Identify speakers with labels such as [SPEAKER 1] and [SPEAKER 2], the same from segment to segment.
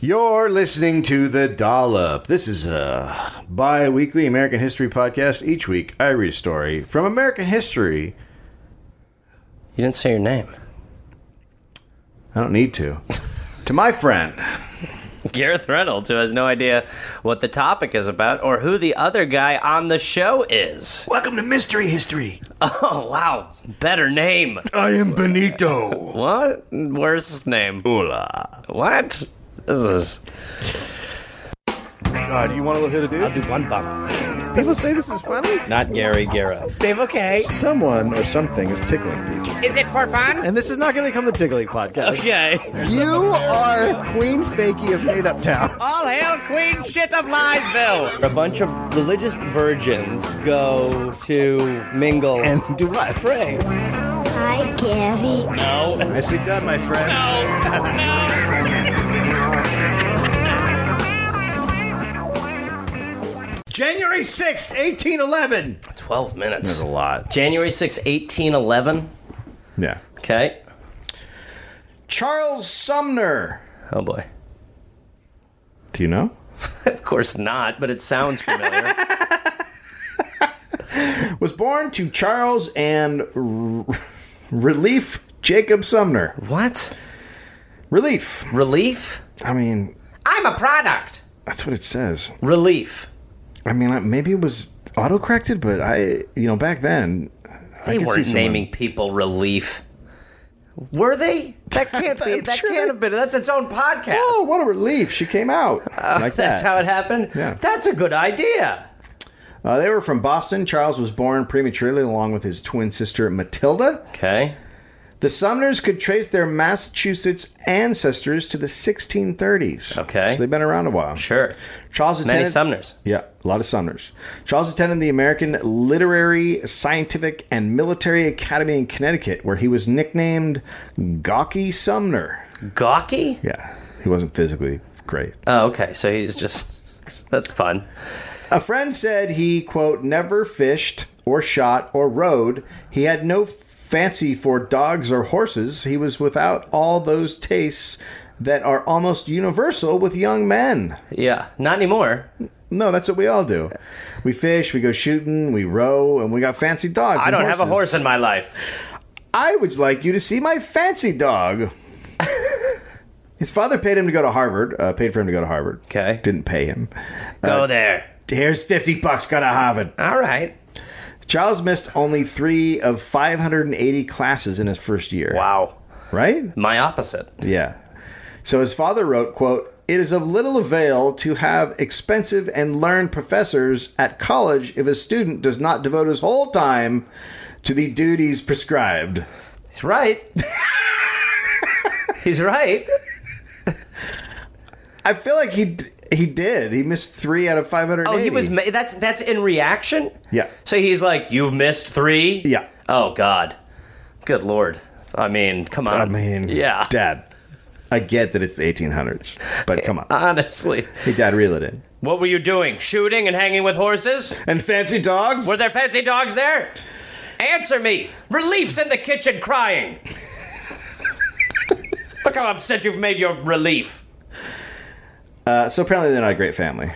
[SPEAKER 1] You're listening to The Dollop. This is a bi weekly American history podcast. Each week, I read a story from American history.
[SPEAKER 2] You didn't say your name.
[SPEAKER 1] I don't need to. to my friend.
[SPEAKER 2] Gareth Reynolds, who has no idea what the topic is about or who the other guy on the show is.
[SPEAKER 1] Welcome to Mystery History.
[SPEAKER 2] Oh, wow. Better name.
[SPEAKER 1] I am Benito.
[SPEAKER 2] What? Where's his name?
[SPEAKER 1] Hola.
[SPEAKER 2] What? This is.
[SPEAKER 1] God, you want to look at a dude?
[SPEAKER 2] do one bottle.
[SPEAKER 1] People say this is funny.
[SPEAKER 2] Not Gary Gareth.
[SPEAKER 3] Dave, okay.
[SPEAKER 1] Someone or something is tickling people.
[SPEAKER 3] Is it for fun?
[SPEAKER 1] And this is not going to become the tickling podcast.
[SPEAKER 2] Okay.
[SPEAKER 1] You are Queen Fakey of Made Up Town.
[SPEAKER 3] All hail Queen Shit of Liesville!
[SPEAKER 2] A bunch of religious virgins go to mingle.
[SPEAKER 1] And do what? Pray.
[SPEAKER 4] Hi, Gabby.
[SPEAKER 2] no.
[SPEAKER 1] Nicely done, my friend. January 6th, 1811.
[SPEAKER 2] 12 minutes.
[SPEAKER 1] lot.
[SPEAKER 2] January 6, 1811.
[SPEAKER 1] Yeah.
[SPEAKER 2] Okay.
[SPEAKER 1] Charles Sumner.
[SPEAKER 2] Oh, boy.
[SPEAKER 1] Do you know?
[SPEAKER 2] Of course not, but it sounds familiar.
[SPEAKER 1] Was born to Charles and R- Relief Jacob Sumner.
[SPEAKER 2] what?
[SPEAKER 1] Relief.
[SPEAKER 2] Relief?
[SPEAKER 1] I mean,
[SPEAKER 3] I'm a product!
[SPEAKER 1] that's what it says.
[SPEAKER 2] Relief.
[SPEAKER 1] I mean, I- maybe it was autocorrected, but I, you know, back then,
[SPEAKER 2] They
[SPEAKER 1] could see
[SPEAKER 2] weren't
[SPEAKER 1] someone-
[SPEAKER 2] naming people relief. Were they? That can't be.
[SPEAKER 1] I'm
[SPEAKER 2] That
[SPEAKER 1] sure
[SPEAKER 2] can't
[SPEAKER 1] they-
[SPEAKER 2] have been. That's its own podcast.
[SPEAKER 1] oh, what a relief. She came out like
[SPEAKER 2] Oh, That's
[SPEAKER 1] that.
[SPEAKER 2] how it happened.
[SPEAKER 1] Yeah.
[SPEAKER 2] That's a good idea.
[SPEAKER 1] Uh, they were from Boston. Charles was born prematurely along with his twin sister Matilda.
[SPEAKER 2] Okay.
[SPEAKER 1] The Sumners could trace their Massachusetts ancestors to the 1630s.
[SPEAKER 2] Okay.
[SPEAKER 1] So they've been around a while.
[SPEAKER 2] Sure.
[SPEAKER 1] Charles attended.
[SPEAKER 2] Many Sumners.
[SPEAKER 1] Yeah, a lot of Sumners. Charles attended the American Literary, Scientific, and Military Academy in Connecticut, where he was nicknamed Gawky Sumner.
[SPEAKER 2] Gawky?
[SPEAKER 1] Yeah, he wasn't physically great.
[SPEAKER 2] Oh, okay. So he's just. That's fun.
[SPEAKER 1] A friend said he, quote, never fished or shot or rowed. He had no fancy for dogs or horses. He was without all those tastes that are almost universal with young men.
[SPEAKER 2] Yeah. Not anymore.
[SPEAKER 1] No, that's what we all do. We fish, we go shooting, we row, and we got fancy dogs.
[SPEAKER 2] I
[SPEAKER 1] and
[SPEAKER 2] don't have a
[SPEAKER 1] horses.
[SPEAKER 2] horse in my life.
[SPEAKER 1] I would like you to see my fancy dog. His father paid him to go to Harvard, uh, paid for him to go to Harvard.
[SPEAKER 2] Okay.
[SPEAKER 1] Didn't pay him. Uh,
[SPEAKER 2] Go there.
[SPEAKER 1] Here's 50 bucks, go to Harvard.
[SPEAKER 2] All right.
[SPEAKER 1] Charles missed only three of 580 classes in his first year.
[SPEAKER 2] Wow.
[SPEAKER 1] Right?
[SPEAKER 2] My opposite.
[SPEAKER 1] Yeah. So his father wrote, quote, it is of little avail to have expensive and learned professors at college if a student does not devote his whole time to the duties prescribed.
[SPEAKER 2] He's right. he's right.
[SPEAKER 1] I feel like he d- he did. He missed three out of 580.
[SPEAKER 2] Oh, he was. Ma- that's that's in reaction.
[SPEAKER 1] Yeah.
[SPEAKER 2] So he's like, "You missed three.
[SPEAKER 1] Yeah.
[SPEAKER 2] Oh God. Good Lord. I mean, come on.
[SPEAKER 1] I mean,
[SPEAKER 2] yeah.
[SPEAKER 1] Dad, I get that it's the 1800s, but come on.
[SPEAKER 2] Uh, Honestly,
[SPEAKER 1] Your dad, reel it in.
[SPEAKER 2] what were you doing? Shooting and hanging with horses?
[SPEAKER 1] And fancy dogs?
[SPEAKER 2] Were there fancy dogs there? Answer me. Relief's in the kitchen crying. Look how upset you've made your relief.
[SPEAKER 1] Uh, so apparently they're not a great family.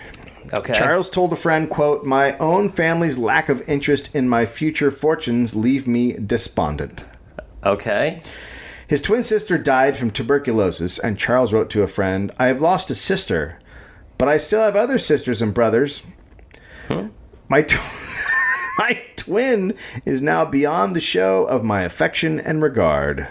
[SPEAKER 2] Okay.
[SPEAKER 1] Charles told a friend, quote, My own family's lack of interest in my future fortunes leave me despondent.
[SPEAKER 2] Okay.
[SPEAKER 1] His twin sister died from tuberculosis, and Charles wrote to a friend, I have lost a sister, but I still have other sisters and brothers. My, tw- my twin is now beyond the show of my affection and regard.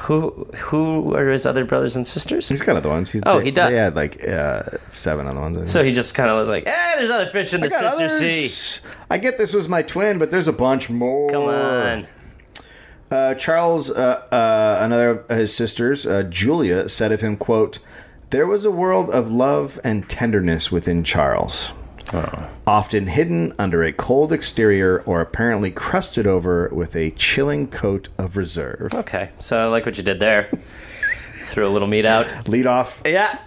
[SPEAKER 2] Who who are his other brothers and sisters?
[SPEAKER 1] He's got other ones. He's,
[SPEAKER 2] Oh,
[SPEAKER 1] they-
[SPEAKER 2] he does.
[SPEAKER 1] They had like uh, seven other ones. I think.
[SPEAKER 2] So he just kind of was like, "Eh, there's other fish in the
[SPEAKER 1] Got
[SPEAKER 2] sister sea."
[SPEAKER 1] others. I get this was my twin, but there's a bunch more.
[SPEAKER 2] Come on.
[SPEAKER 1] Uh, Charles, uh, uh, another of his sisters, uh, Julia, said of him, quote, There was a world of love and tenderness within Charles,
[SPEAKER 2] Oh.
[SPEAKER 1] often hidden under a cold exterior or apparently crusted over with a chilling coat of reserve.
[SPEAKER 2] Okay. So I like what you did there. Threw a little meat out.
[SPEAKER 1] Lead off.
[SPEAKER 2] Yeah.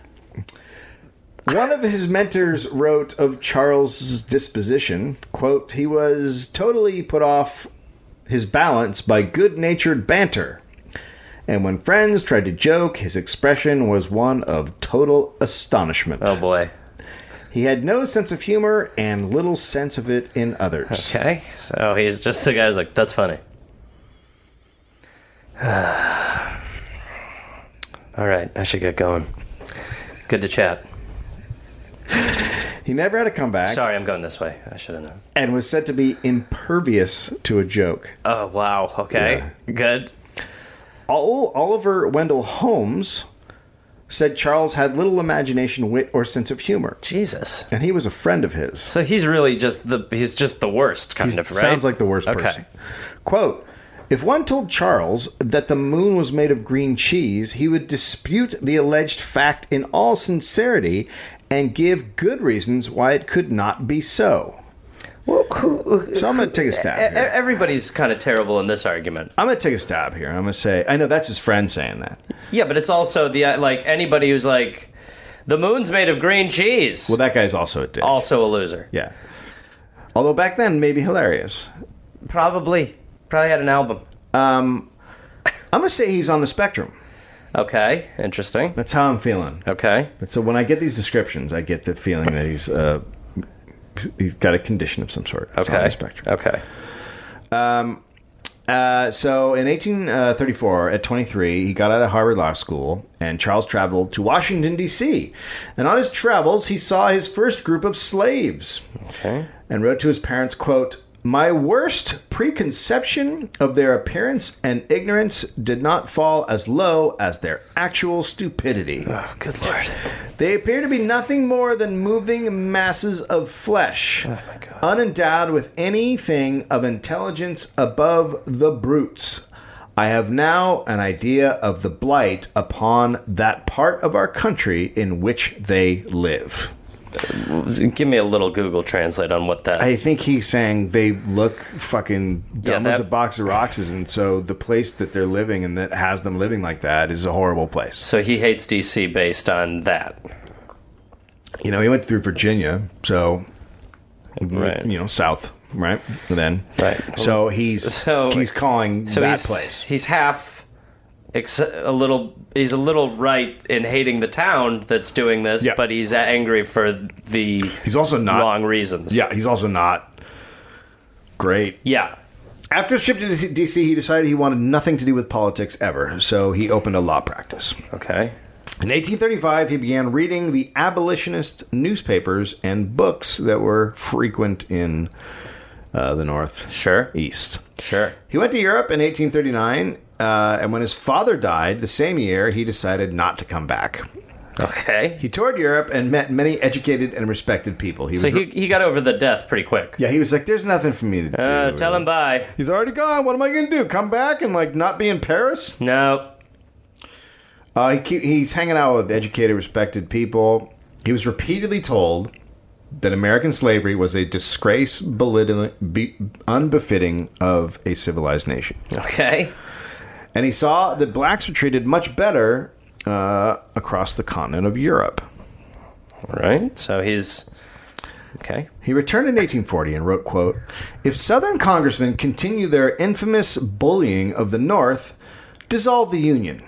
[SPEAKER 1] One of his mentors wrote of Charles's disposition, quote, He was totally put off his balance by good natured banter. and when friends tried to joke, his expression was one of total astonishment.
[SPEAKER 2] Oh boy.
[SPEAKER 1] He had no sense of humor and little sense of it in others.
[SPEAKER 2] Okay, so he's just the guy who's like, that's funny. All right, I should get going. Good to chat.
[SPEAKER 1] He never had a comeback
[SPEAKER 2] Sorry, I'm going this way. I should have known.
[SPEAKER 1] and was said to be impervious to a joke.
[SPEAKER 2] Oh, wow. Okay, good.
[SPEAKER 1] Ol- Oliver Wendell Holmes said Charles had little imagination, wit, or sense of humor,
[SPEAKER 2] Jesus.
[SPEAKER 1] and he was a friend of his.
[SPEAKER 2] So he's really just the he's just the worst kind
[SPEAKER 1] He
[SPEAKER 2] of right.
[SPEAKER 1] Sounds like the worst
[SPEAKER 2] Okay.
[SPEAKER 1] person. Quote If one told Charles that the moon was made of green cheese, he would dispute the alleged fact in all sincerity and give good reasons why it could not be so. So I'm going to take a
[SPEAKER 2] E-
[SPEAKER 1] stab. Here.
[SPEAKER 2] Everybody's kind of terrible in this argument.
[SPEAKER 1] I'm going to take a stab here. I'm going to say, I know that's his friend saying that.
[SPEAKER 2] Yeah, but it's also the uh, like anybody who's like, the moon's made of green cheese.
[SPEAKER 1] Well, that guy's also a dick.
[SPEAKER 2] also a loser.
[SPEAKER 1] Yeah. Although back then, maybe hilarious.
[SPEAKER 2] Probably, probably had an album.
[SPEAKER 1] I'm going to say he's on the spectrum.
[SPEAKER 2] Okay, interesting.
[SPEAKER 1] That's how I'm feeling.
[SPEAKER 2] Okay,
[SPEAKER 1] And so when I get these descriptions, I get the feeling that he's uh, he's got a condition of some sort. It's on
[SPEAKER 2] okay,
[SPEAKER 1] the spectrum.
[SPEAKER 2] okay.
[SPEAKER 1] Uh, so in 1834, at 23, he got out of Harvard Law School, and Charles traveled to Washington D.C. And on his travels, he saw his first group of slaves,
[SPEAKER 2] Okay.
[SPEAKER 1] and wrote to his parents, "quote." My worst preconception of their appearance and ignorance did not fall as low as their actual stupidity.
[SPEAKER 2] Oh, good lord.
[SPEAKER 1] They appear to be nothing more than moving masses of flesh,
[SPEAKER 2] Oh my God.
[SPEAKER 1] unendowed with anything of intelligence above the brutes. I have now an idea of the blight upon that part of our country in which they live.
[SPEAKER 2] Give me a little Google Translate on what that.
[SPEAKER 1] I think he's saying they look fucking dumb
[SPEAKER 2] Yeah,
[SPEAKER 1] as a
[SPEAKER 2] that-
[SPEAKER 1] box of rocks, and so the place that they're living and that has them living like that is a horrible place.
[SPEAKER 2] so he hates DC based on that.
[SPEAKER 1] You know, he went through Virginia, so
[SPEAKER 2] Right.
[SPEAKER 1] you know, south, right? And then,
[SPEAKER 2] Right.
[SPEAKER 1] So he's
[SPEAKER 2] So-
[SPEAKER 1] he's calling
[SPEAKER 2] So
[SPEAKER 1] that
[SPEAKER 2] he's
[SPEAKER 1] place.
[SPEAKER 2] he's half. ex- A little, he's a little right in hating the town that's doing this,
[SPEAKER 1] Yeah.
[SPEAKER 2] but he's angry for the
[SPEAKER 1] He's also not.
[SPEAKER 2] wrong reasons.
[SPEAKER 1] Uh, Yeah, he's also not great.
[SPEAKER 2] yeah.
[SPEAKER 1] After his trip to DC, he decided he wanted nothing to do with politics ever. So he opened a law practice.
[SPEAKER 2] Okay.
[SPEAKER 1] In 1835, he began reading the abolitionist newspapers and books that were frequent in uh, the North
[SPEAKER 2] Sure.
[SPEAKER 1] East.
[SPEAKER 2] Sure.
[SPEAKER 1] He went to Europe in 1839, uh, and when his father died the same year, he decided not to come back.
[SPEAKER 2] Okay.
[SPEAKER 1] He toured Europe and met many educated and respected people. He
[SPEAKER 2] So
[SPEAKER 1] was,
[SPEAKER 2] he, he got over the death pretty quick.
[SPEAKER 1] yeah, he was like, "There's nothing for me to do."
[SPEAKER 2] Uh, tell him bye.
[SPEAKER 1] he's already gone. What am I going to do? Come back and like not be in Paris?
[SPEAKER 2] No.
[SPEAKER 1] Uh, he keep, he's hanging out with educated, respected people. He was repeatedly told that American slavery was a disgrace, belittling, be, unbefitting of a civilized nation.
[SPEAKER 2] Okay.
[SPEAKER 1] and he saw that blacks were treated much better uh, across the continent of Europe.
[SPEAKER 2] All right. So he's okay.
[SPEAKER 1] He returned in 1840 and wrote, quote, If Southern congressmen continue their infamous bullying of the North, dissolve the Union.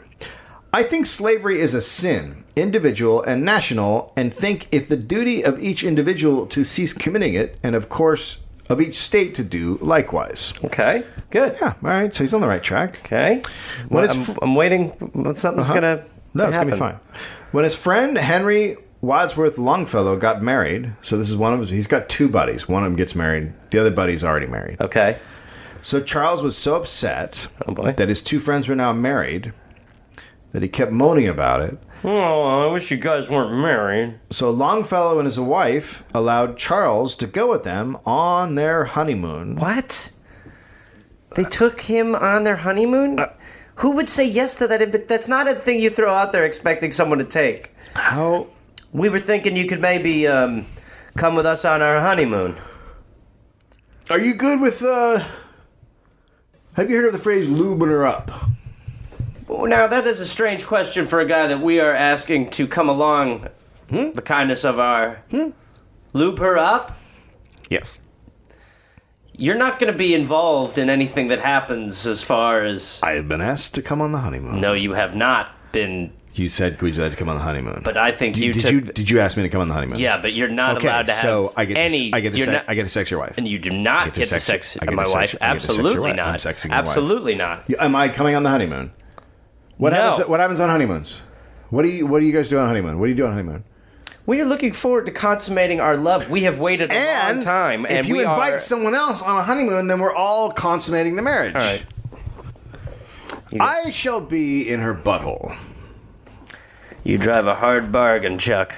[SPEAKER 1] I think slavery is a sin, individual and national, and think if the duty of each individual to cease committing it, and of course of each state to do likewise.
[SPEAKER 2] Okay. Good.
[SPEAKER 1] Yeah, all right, so he's on the right track.
[SPEAKER 2] Okay.
[SPEAKER 1] When
[SPEAKER 2] Well,
[SPEAKER 1] his
[SPEAKER 2] I'm,
[SPEAKER 1] f- Uh-huh.
[SPEAKER 2] I'm waiting. Something's gonna.
[SPEAKER 1] No, it's gonna be fine.
[SPEAKER 2] happen.
[SPEAKER 1] When his friend Henry Wadsworth Longfellow got married, so this is one of his. He's got two buddies. One of them gets married. The other buddy's already married.
[SPEAKER 2] Okay.
[SPEAKER 1] So Charles was so upset
[SPEAKER 2] Oh, boy.
[SPEAKER 1] that his two friends were now married that he kept moaning about it.
[SPEAKER 2] Oh, I wish you guys weren't married.
[SPEAKER 1] So Longfellow and his wife allowed Charles to go with them on their honeymoon.
[SPEAKER 2] What? They
[SPEAKER 1] Uh,
[SPEAKER 2] took him on their honeymoon. Who would say yes to that? But that's not a thing you throw out there expecting someone to take.
[SPEAKER 1] How?
[SPEAKER 2] We were thinking you could maybe um, come with us on our honeymoon.
[SPEAKER 1] Are you good with? uh Have you heard of the phrase "lubing her up"?
[SPEAKER 2] Now that is a strange question for a guy that we are asking to come along.
[SPEAKER 1] Hmm?
[SPEAKER 2] The kindness of our lube her up.
[SPEAKER 1] Yes.
[SPEAKER 2] You're not going to be involved in anything that happens as far as.
[SPEAKER 1] I have been asked to come on the honeymoon.
[SPEAKER 2] No, you have not been.
[SPEAKER 1] You said Guido had to come on the honeymoon.
[SPEAKER 2] But I think you
[SPEAKER 1] did
[SPEAKER 2] took
[SPEAKER 1] you
[SPEAKER 2] the-
[SPEAKER 1] did you ask me to come on the honeymoon?
[SPEAKER 2] Yeah, but you're not
[SPEAKER 1] Okay,
[SPEAKER 2] allowed to have
[SPEAKER 1] so I get to,
[SPEAKER 2] any.
[SPEAKER 1] I get to
[SPEAKER 2] you're
[SPEAKER 1] se-
[SPEAKER 2] not-
[SPEAKER 1] I get to sex your wife.
[SPEAKER 2] and you do not
[SPEAKER 1] get
[SPEAKER 2] get
[SPEAKER 1] to
[SPEAKER 2] to,
[SPEAKER 1] sex-
[SPEAKER 2] sex
[SPEAKER 1] I get
[SPEAKER 2] my
[SPEAKER 1] to sex-
[SPEAKER 2] wife.
[SPEAKER 1] I get to sex your
[SPEAKER 2] Absolutely
[SPEAKER 1] wife. I'm
[SPEAKER 2] not.
[SPEAKER 1] sexing your wife.
[SPEAKER 2] Absolutely not.
[SPEAKER 1] Am I coming on the honeymoon? What
[SPEAKER 2] No.
[SPEAKER 1] happens? What happens on honeymoons? What do you What do you guys do on honeymoon? What do you do on honeymoon?
[SPEAKER 2] We are looking forward to consummating our love. We have waited a long time, and
[SPEAKER 1] if you
[SPEAKER 2] we
[SPEAKER 1] invite
[SPEAKER 2] are,
[SPEAKER 1] someone else on a honeymoon, then we're all consummating the marriage.
[SPEAKER 2] All right.
[SPEAKER 1] I shall be in her butthole.
[SPEAKER 2] you drive a hard bargain, Chuck.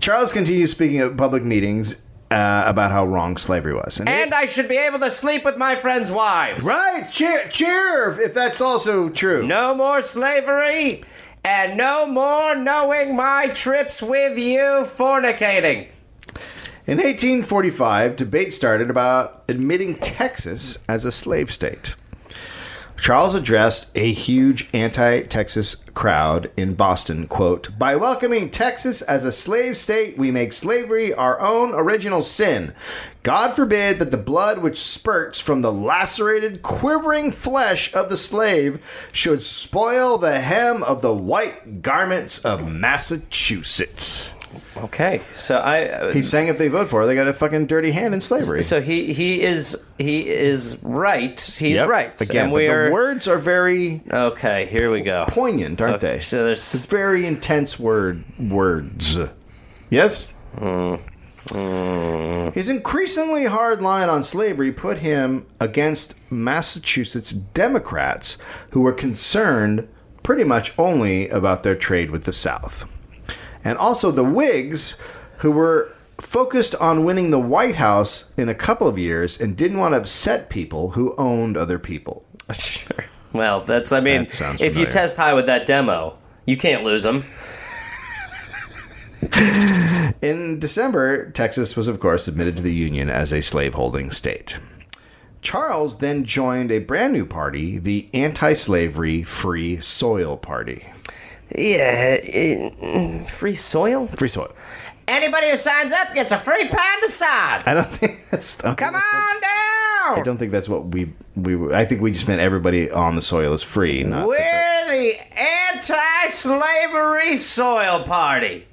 [SPEAKER 1] Charles continues speaking at public meetings uh, about how wrong slavery was. And,
[SPEAKER 3] And I should be able to sleep with my friends' wives.
[SPEAKER 1] right, cheer, cheer, if that's also true.
[SPEAKER 3] No more slavery, and no more knowing my trips with you fornicating.
[SPEAKER 1] In 1845, debate started about admitting Texas as a slave state. Charles addressed a huge anti-Texas crowd in Boston, quote, "By welcoming Texas as a slave state, we make slavery our own original sin. God forbid that the blood which spurts from the lacerated, quivering flesh of the slave should spoil the hem of the white garments of Massachusetts."
[SPEAKER 2] Okay, so I. uh,
[SPEAKER 1] He's saying if they vote for her, they got a fucking dirty hand in slavery.
[SPEAKER 2] So he he is he is right. He's
[SPEAKER 1] Yep.
[SPEAKER 2] right.
[SPEAKER 1] Again,
[SPEAKER 2] and we
[SPEAKER 1] but
[SPEAKER 2] are
[SPEAKER 1] the words are very
[SPEAKER 2] okay. Here we go.
[SPEAKER 1] poignant, aren't they?
[SPEAKER 2] So
[SPEAKER 1] It's
[SPEAKER 2] there's
[SPEAKER 1] very intense word words. Yes. His increasingly hard line on slavery put him against Massachusetts Democrats who were concerned pretty much only about their trade with the South. And also the Whigs who were focused on winning the White House in a couple of years and didn't want to upset people who owned other people.
[SPEAKER 2] sure. Well, that's I mean,
[SPEAKER 1] That sounds
[SPEAKER 2] if you
[SPEAKER 1] familiar.
[SPEAKER 2] test high with that demo, you can't lose him.
[SPEAKER 1] In December, Texas was, of course, admitted to the Union as a slaveholding state. Charles then joined a brand new party, the Anti Slavery Free Soil Party.
[SPEAKER 2] Yeah, eh, free soil.
[SPEAKER 1] Free soil.
[SPEAKER 3] Anybody who signs up gets a free pound of sod.
[SPEAKER 1] I don't think that's. I don't
[SPEAKER 3] Come
[SPEAKER 1] think that's
[SPEAKER 3] on down.
[SPEAKER 1] What, I don't think that's what we we. I think we just meant everybody on the soil is free. Not that that-
[SPEAKER 3] We're the anti-slavery soil party.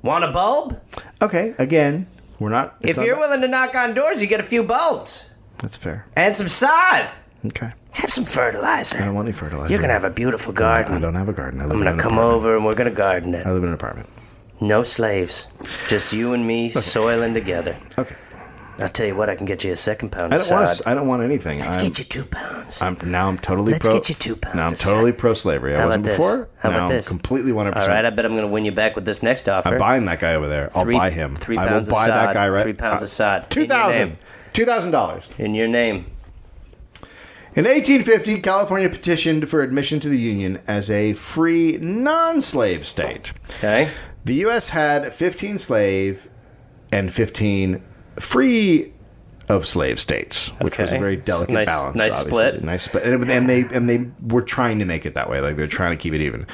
[SPEAKER 2] Want a bulb?
[SPEAKER 1] okay. Again, we're not. it's
[SPEAKER 2] If
[SPEAKER 1] not
[SPEAKER 2] you're
[SPEAKER 1] that-
[SPEAKER 2] willing to knock on doors, you get a few bulbs
[SPEAKER 1] that's fair.
[SPEAKER 2] and some sod.
[SPEAKER 1] Okay.
[SPEAKER 2] Have some
[SPEAKER 1] I
[SPEAKER 2] fertilizer.
[SPEAKER 1] don't want any fertilizer.
[SPEAKER 2] You're gonna have a beautiful
[SPEAKER 1] I
[SPEAKER 2] garden.
[SPEAKER 1] don't have a garden. I live
[SPEAKER 2] I'm
[SPEAKER 1] in
[SPEAKER 2] gonna
[SPEAKER 1] an
[SPEAKER 2] come
[SPEAKER 1] apartment.
[SPEAKER 2] over and we're gonna garden it.
[SPEAKER 1] I live in an apartment.
[SPEAKER 2] No slaves, just you and me soiling together.
[SPEAKER 1] Okay.
[SPEAKER 2] I'll tell you what, I can get you a second pound
[SPEAKER 1] I
[SPEAKER 2] of
[SPEAKER 1] don't want.
[SPEAKER 2] sod.
[SPEAKER 1] us- I don't want anything.
[SPEAKER 2] Let's
[SPEAKER 1] I'm-
[SPEAKER 2] get you two pounds.
[SPEAKER 1] I'm now I'm totally
[SPEAKER 2] Let's
[SPEAKER 1] pro.
[SPEAKER 2] get you two pounds
[SPEAKER 1] Now I'm
[SPEAKER 2] of salt.
[SPEAKER 1] totally pro slavery. I
[SPEAKER 2] How
[SPEAKER 1] wasn't
[SPEAKER 2] about this?
[SPEAKER 1] before.
[SPEAKER 2] How
[SPEAKER 1] now
[SPEAKER 2] about
[SPEAKER 1] I'm
[SPEAKER 2] this?
[SPEAKER 1] completely 100.
[SPEAKER 2] All right, I
[SPEAKER 1] percent
[SPEAKER 2] bet I'm going to win you back with this next offer.
[SPEAKER 1] I'm buying that guy over there. I'll
[SPEAKER 2] Three-
[SPEAKER 1] buy him.
[SPEAKER 2] three
[SPEAKER 1] I will
[SPEAKER 2] pounds of
[SPEAKER 1] buy that
[SPEAKER 2] sod,
[SPEAKER 1] guy right. Uh,
[SPEAKER 2] three pounds of sod.
[SPEAKER 1] Two
[SPEAKER 2] In your
[SPEAKER 1] thousand.
[SPEAKER 2] name.
[SPEAKER 1] Two thousand dollars.
[SPEAKER 2] In your name.
[SPEAKER 1] In 1850, California petitioned for admission to the Union as a free non-slave state.
[SPEAKER 2] Okay.
[SPEAKER 1] The U.S. had 15 slave and 15 free of slave states, which was a
[SPEAKER 2] Okay.
[SPEAKER 1] very delicate
[SPEAKER 2] Nice-
[SPEAKER 1] balance.
[SPEAKER 2] nice
[SPEAKER 1] obviously.
[SPEAKER 2] split.
[SPEAKER 1] Nice split. And, and they and they were trying to make it that way. Like they're trying to keep it even.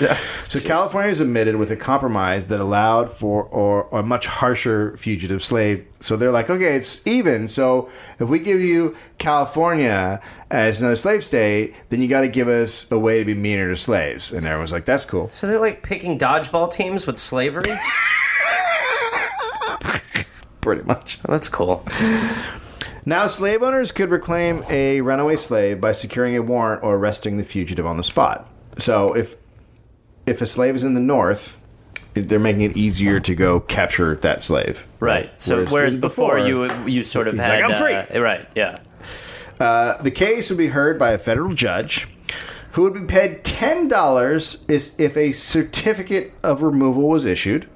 [SPEAKER 1] so California was admitted with a compromise that allowed for or, or a much harsher fugitive slave. So they're like, okay, it's even. So if we give you California as another slave state, then you got to give us a way to be meaner to slaves. And everyone's like, that's cool.
[SPEAKER 2] So they're like picking dodgeball teams with slavery?
[SPEAKER 1] Pretty much.
[SPEAKER 2] That's cool.
[SPEAKER 1] Now, slave owners could reclaim a runaway slave by securing a warrant or arresting the fugitive on the spot. So, if if a slave is in the north, they're making it easier to go capture that slave.
[SPEAKER 2] Right. So whereas, before, you you sort of
[SPEAKER 1] he's
[SPEAKER 2] had
[SPEAKER 1] like, "I'm
[SPEAKER 2] uh, right, yeah.
[SPEAKER 1] uh, the case would be heard by a federal judge, who would be paid ten dollars is if a certificate of removal was issued.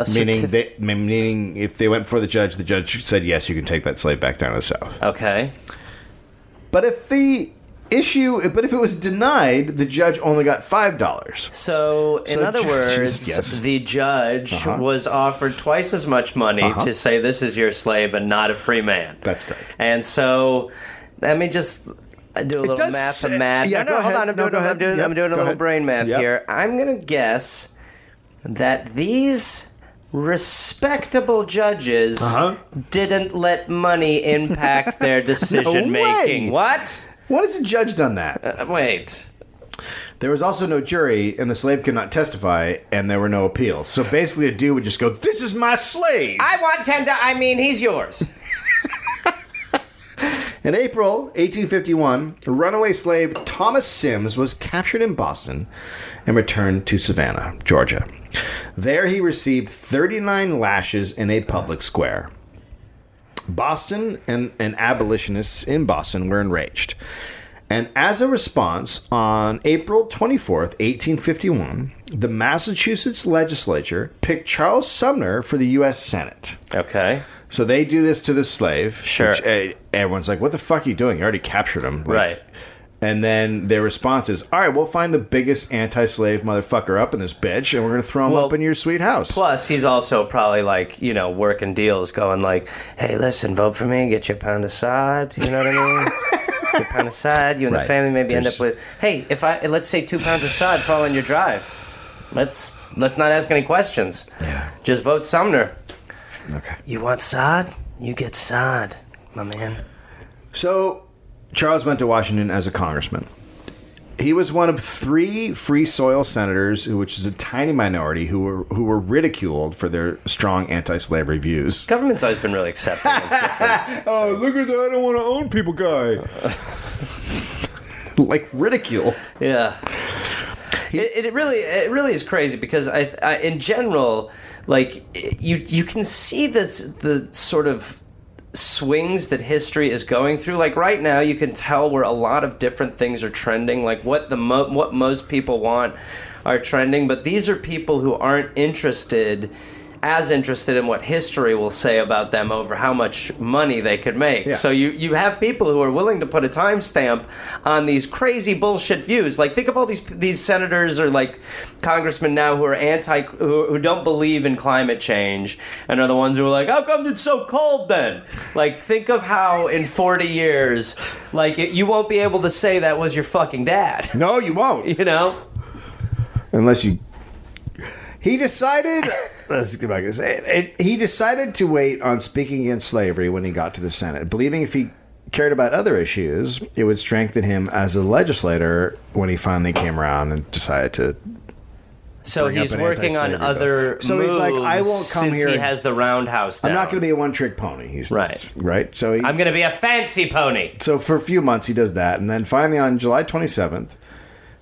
[SPEAKER 2] A
[SPEAKER 1] Meaning,
[SPEAKER 2] certif-
[SPEAKER 1] they, meaning, if they went for the judge, the judge said yes, you can take that slave back down to the south.
[SPEAKER 2] Okay.
[SPEAKER 1] But if the issue, but if it was denied, the judge only got five dollars.
[SPEAKER 2] So in
[SPEAKER 1] So
[SPEAKER 2] other
[SPEAKER 1] judges-
[SPEAKER 2] words,
[SPEAKER 1] yes. Uh-huh.
[SPEAKER 2] the judge was offered twice as much money to say this is your slave and not a free man.
[SPEAKER 1] That's correct.
[SPEAKER 2] And so, let me just I do a little
[SPEAKER 1] does
[SPEAKER 2] math
[SPEAKER 1] say-
[SPEAKER 2] and math.
[SPEAKER 1] yeah,
[SPEAKER 2] no,
[SPEAKER 1] go
[SPEAKER 2] no, hold
[SPEAKER 1] ahead.
[SPEAKER 2] on. I'm
[SPEAKER 1] No,
[SPEAKER 2] doing,
[SPEAKER 1] go ahead.
[SPEAKER 2] I'm doing,
[SPEAKER 1] Yep,
[SPEAKER 2] I'm doing a
[SPEAKER 1] go
[SPEAKER 2] little
[SPEAKER 1] ahead.
[SPEAKER 2] brain math
[SPEAKER 1] Yep.
[SPEAKER 2] here. I'm going to guess that these respectable judges
[SPEAKER 5] Uh-huh.
[SPEAKER 2] didn't let money impact their decision making.
[SPEAKER 1] way.
[SPEAKER 2] what?
[SPEAKER 1] What has a judge done that?
[SPEAKER 2] Uh, wait.
[SPEAKER 1] There was also no jury, and the slave could not testify, and there were no appeals. So basically, a dude would just go, "This is my slave."
[SPEAKER 2] I want tender. I mean, he's yours.
[SPEAKER 1] In April 1851, runaway slave Thomas Sims was captured in Boston and returned to Savannah, Georgia. There he received 39 lashes in a public square. Boston and, and abolitionists in Boston were enraged. And as a response, on April 24th, 1851, the Massachusetts legislature picked Charles Sumner for the U.S. Senate.
[SPEAKER 2] Okay.
[SPEAKER 1] So they do this to the slave.
[SPEAKER 2] Sure.
[SPEAKER 1] which, eh, everyone's like, what the fuck are you doing? You already captured him. Like-
[SPEAKER 2] Right.
[SPEAKER 1] And then their response is, all right, we'll find the biggest anti slave motherfucker up in this bitch and we're going to throw him
[SPEAKER 2] Well,
[SPEAKER 1] up in your sweet house.
[SPEAKER 2] Plus, he's also probably like, you know, working deals, going like, hey, listen, vote for me, get you a pound of sod. You know what I mean? Get a pound of sod. You and
[SPEAKER 1] Right.
[SPEAKER 2] the family maybe
[SPEAKER 1] There's-
[SPEAKER 2] end up with, hey, if I let's say two pounds of sod fall on your drive, let's let's not ask any questions.
[SPEAKER 1] Yeah.
[SPEAKER 2] Just vote Sumner.
[SPEAKER 1] Okay.
[SPEAKER 2] You want sod? You get sod, my man.
[SPEAKER 1] So Charles went to Washington as a congressman. He was one of three free soil senators, who- which is a tiny minority, who were, who were ridiculed for their strong anti slavery views.
[SPEAKER 2] Government's always been really accepting. of different-
[SPEAKER 1] Oh, look at that! I don't want to own people guy. like ridiculed.
[SPEAKER 2] yeah. It, it really it really is crazy because I, I in general like you you can see this the sort of swings that history is going through like right now you can tell where a lot of different things are trending like what the mo- what most people want are trending but these are people who aren't interested as interested in what history will say about them over how much money they could make so you you have people who are willing to put a timestamp on these crazy bullshit views like think of all these these senators or like congressmen now who are anti who, who don't believe in climate change and are the ones who are like how come it's so cold then like think of how in 40 years like it, you won't be able to say that was your fucking dad
[SPEAKER 1] No, you won't.
[SPEAKER 2] you know
[SPEAKER 1] Unless you. He decided. Let's get back to say it. It- He decided to wait on speaking against slavery when he got to the Senate, believing if he cared about other issues, it would strengthen him as a legislator when he finally came around and decided to.
[SPEAKER 2] so
[SPEAKER 1] Bring up
[SPEAKER 2] he's
[SPEAKER 1] an
[SPEAKER 2] working on
[SPEAKER 1] anti-slavery bill.
[SPEAKER 2] other
[SPEAKER 1] So he's like, I
[SPEAKER 2] moves
[SPEAKER 1] won't come
[SPEAKER 2] since
[SPEAKER 1] here
[SPEAKER 2] he
[SPEAKER 1] and-
[SPEAKER 2] has the roundhouse
[SPEAKER 1] I'm
[SPEAKER 2] down.
[SPEAKER 1] not going to be a one trick pony. He's
[SPEAKER 2] Right.
[SPEAKER 1] Right. So he,
[SPEAKER 2] I'm gonna be a fancy pony.
[SPEAKER 1] so for a few months he does that and then finally on july 27th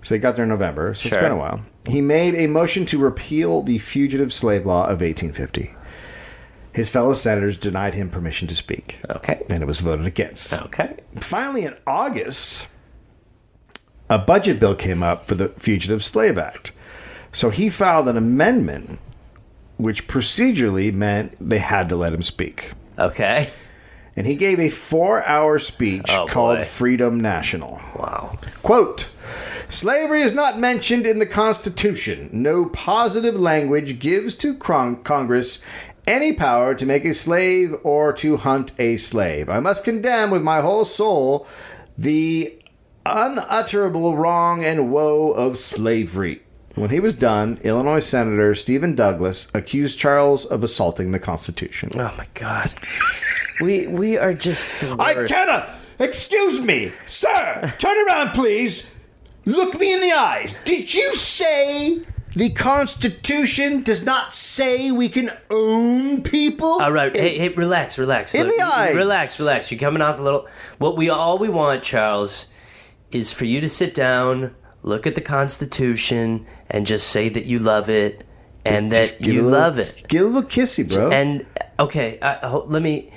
[SPEAKER 1] so he got there in november so
[SPEAKER 2] Sure.
[SPEAKER 1] it's been a while he made a motion to repeal the fugitive slave law of 1850 his fellow senators denied him permission to speak
[SPEAKER 2] Okay.
[SPEAKER 1] and it was voted against
[SPEAKER 2] Okay.
[SPEAKER 1] finally in august a budget bill came up for the fugitive slave act so he filed an amendment which procedurally meant they had to let him speak
[SPEAKER 2] Okay.
[SPEAKER 1] and he gave a four-hour speech
[SPEAKER 2] Oh,
[SPEAKER 1] called
[SPEAKER 2] boy.
[SPEAKER 1] freedom national
[SPEAKER 2] Wow.
[SPEAKER 1] Quote Slavery is not mentioned in the Constitution. No positive language gives to Cron- Congress any power to make a slave or to hunt a slave. I must condemn with my whole soul the unutterable wrong and woe of slavery. When he was done, Illinois Senator Stephen Douglas accused Charles of assaulting the Constitution.
[SPEAKER 2] Oh my god. We we are just the
[SPEAKER 1] I
[SPEAKER 2] worst.
[SPEAKER 1] cannot. Excuse me, sir. Turn around, please. Look me in the eyes. Did you say the Constitution does not say we can own people?
[SPEAKER 2] All right, hey, hey, relax, relax.
[SPEAKER 1] In
[SPEAKER 2] Look,
[SPEAKER 1] the
[SPEAKER 2] you- you-
[SPEAKER 1] eyes.
[SPEAKER 2] Relax, relax. You're coming off a little. What we all we want, Charles, is for you to sit down, look at the Constitution, and just say that you love it, and
[SPEAKER 1] Just
[SPEAKER 2] that
[SPEAKER 1] give a
[SPEAKER 2] you
[SPEAKER 1] little-
[SPEAKER 2] love it.
[SPEAKER 1] Give a little kissy, bro.
[SPEAKER 2] And okay, I, I ho- let me.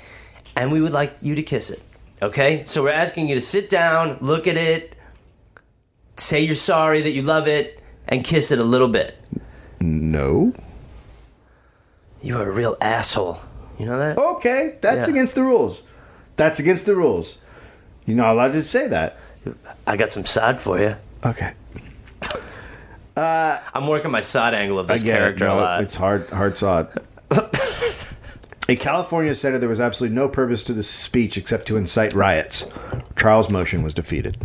[SPEAKER 2] And we would like you to kiss it. Okay, so we're asking you to sit down, look at it, say you're sorry that you love it, and kiss it a little bit.
[SPEAKER 1] no.
[SPEAKER 2] You are a real asshole. You know that?
[SPEAKER 1] Okay, that's
[SPEAKER 2] Yeah.
[SPEAKER 1] against the rules. That's against the rules. You're not allowed to say that.
[SPEAKER 2] I got some sod for you.
[SPEAKER 1] Okay.
[SPEAKER 2] I'm working my side angle of this
[SPEAKER 1] Again,
[SPEAKER 2] character
[SPEAKER 1] no,
[SPEAKER 2] a lot.
[SPEAKER 1] It's hard, hard sod. a California senator, there was absolutely no purpose to this speech except to incite riots. Charles' motion was defeated.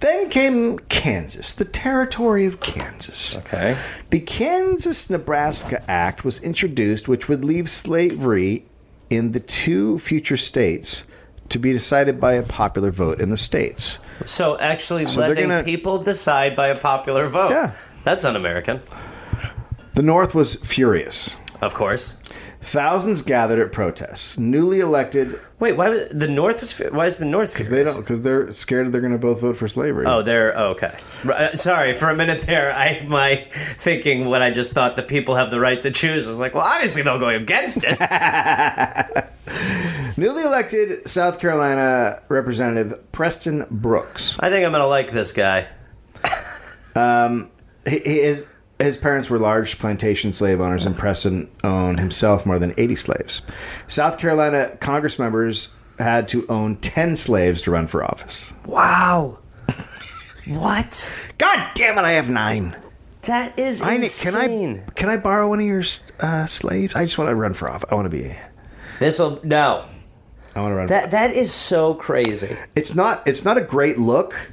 [SPEAKER 1] Then came Kansas, the territory of Kansas.
[SPEAKER 2] Okay.
[SPEAKER 1] The Kansas Nebraska Act was introduced, which would leave slavery in the two future states to be decided by a popular vote in the states.
[SPEAKER 2] So actually
[SPEAKER 1] they're
[SPEAKER 2] letting
[SPEAKER 1] gonna-
[SPEAKER 2] people decide by a popular vote.
[SPEAKER 1] Yeah.
[SPEAKER 2] That's un-American,
[SPEAKER 1] The North was furious.
[SPEAKER 2] of course.
[SPEAKER 1] Thousands gathered at protests. Newly elected,
[SPEAKER 2] Wait, why was the North was fe- why is the North because
[SPEAKER 1] they don't because they're scared they're going to both vote for slavery.
[SPEAKER 2] Oh, they're oh, okay. R- uh, Sorry for a minute there. I my thinking when I just thought the people have the right to choose. I was like, well, obviously they'll go against it.
[SPEAKER 1] Newly elected South Carolina Representative Preston Brooks.
[SPEAKER 2] I think I'm gonna like this guy.
[SPEAKER 1] He- he- His his parents were large plantation slave owners, and Preston owned himself more than eighty slaves. South Carolina Congress members had to own ten slaves to run for office.
[SPEAKER 2] Wow. what?
[SPEAKER 1] God damn it! I have nine.
[SPEAKER 2] That is
[SPEAKER 1] I need- can
[SPEAKER 2] insane.
[SPEAKER 1] I can I borrow one of your uh, slaves? I just want to run for office. I want to be.
[SPEAKER 2] This will no.
[SPEAKER 1] I want to run.
[SPEAKER 2] That that is so crazy.
[SPEAKER 1] it's not. It's not a great look.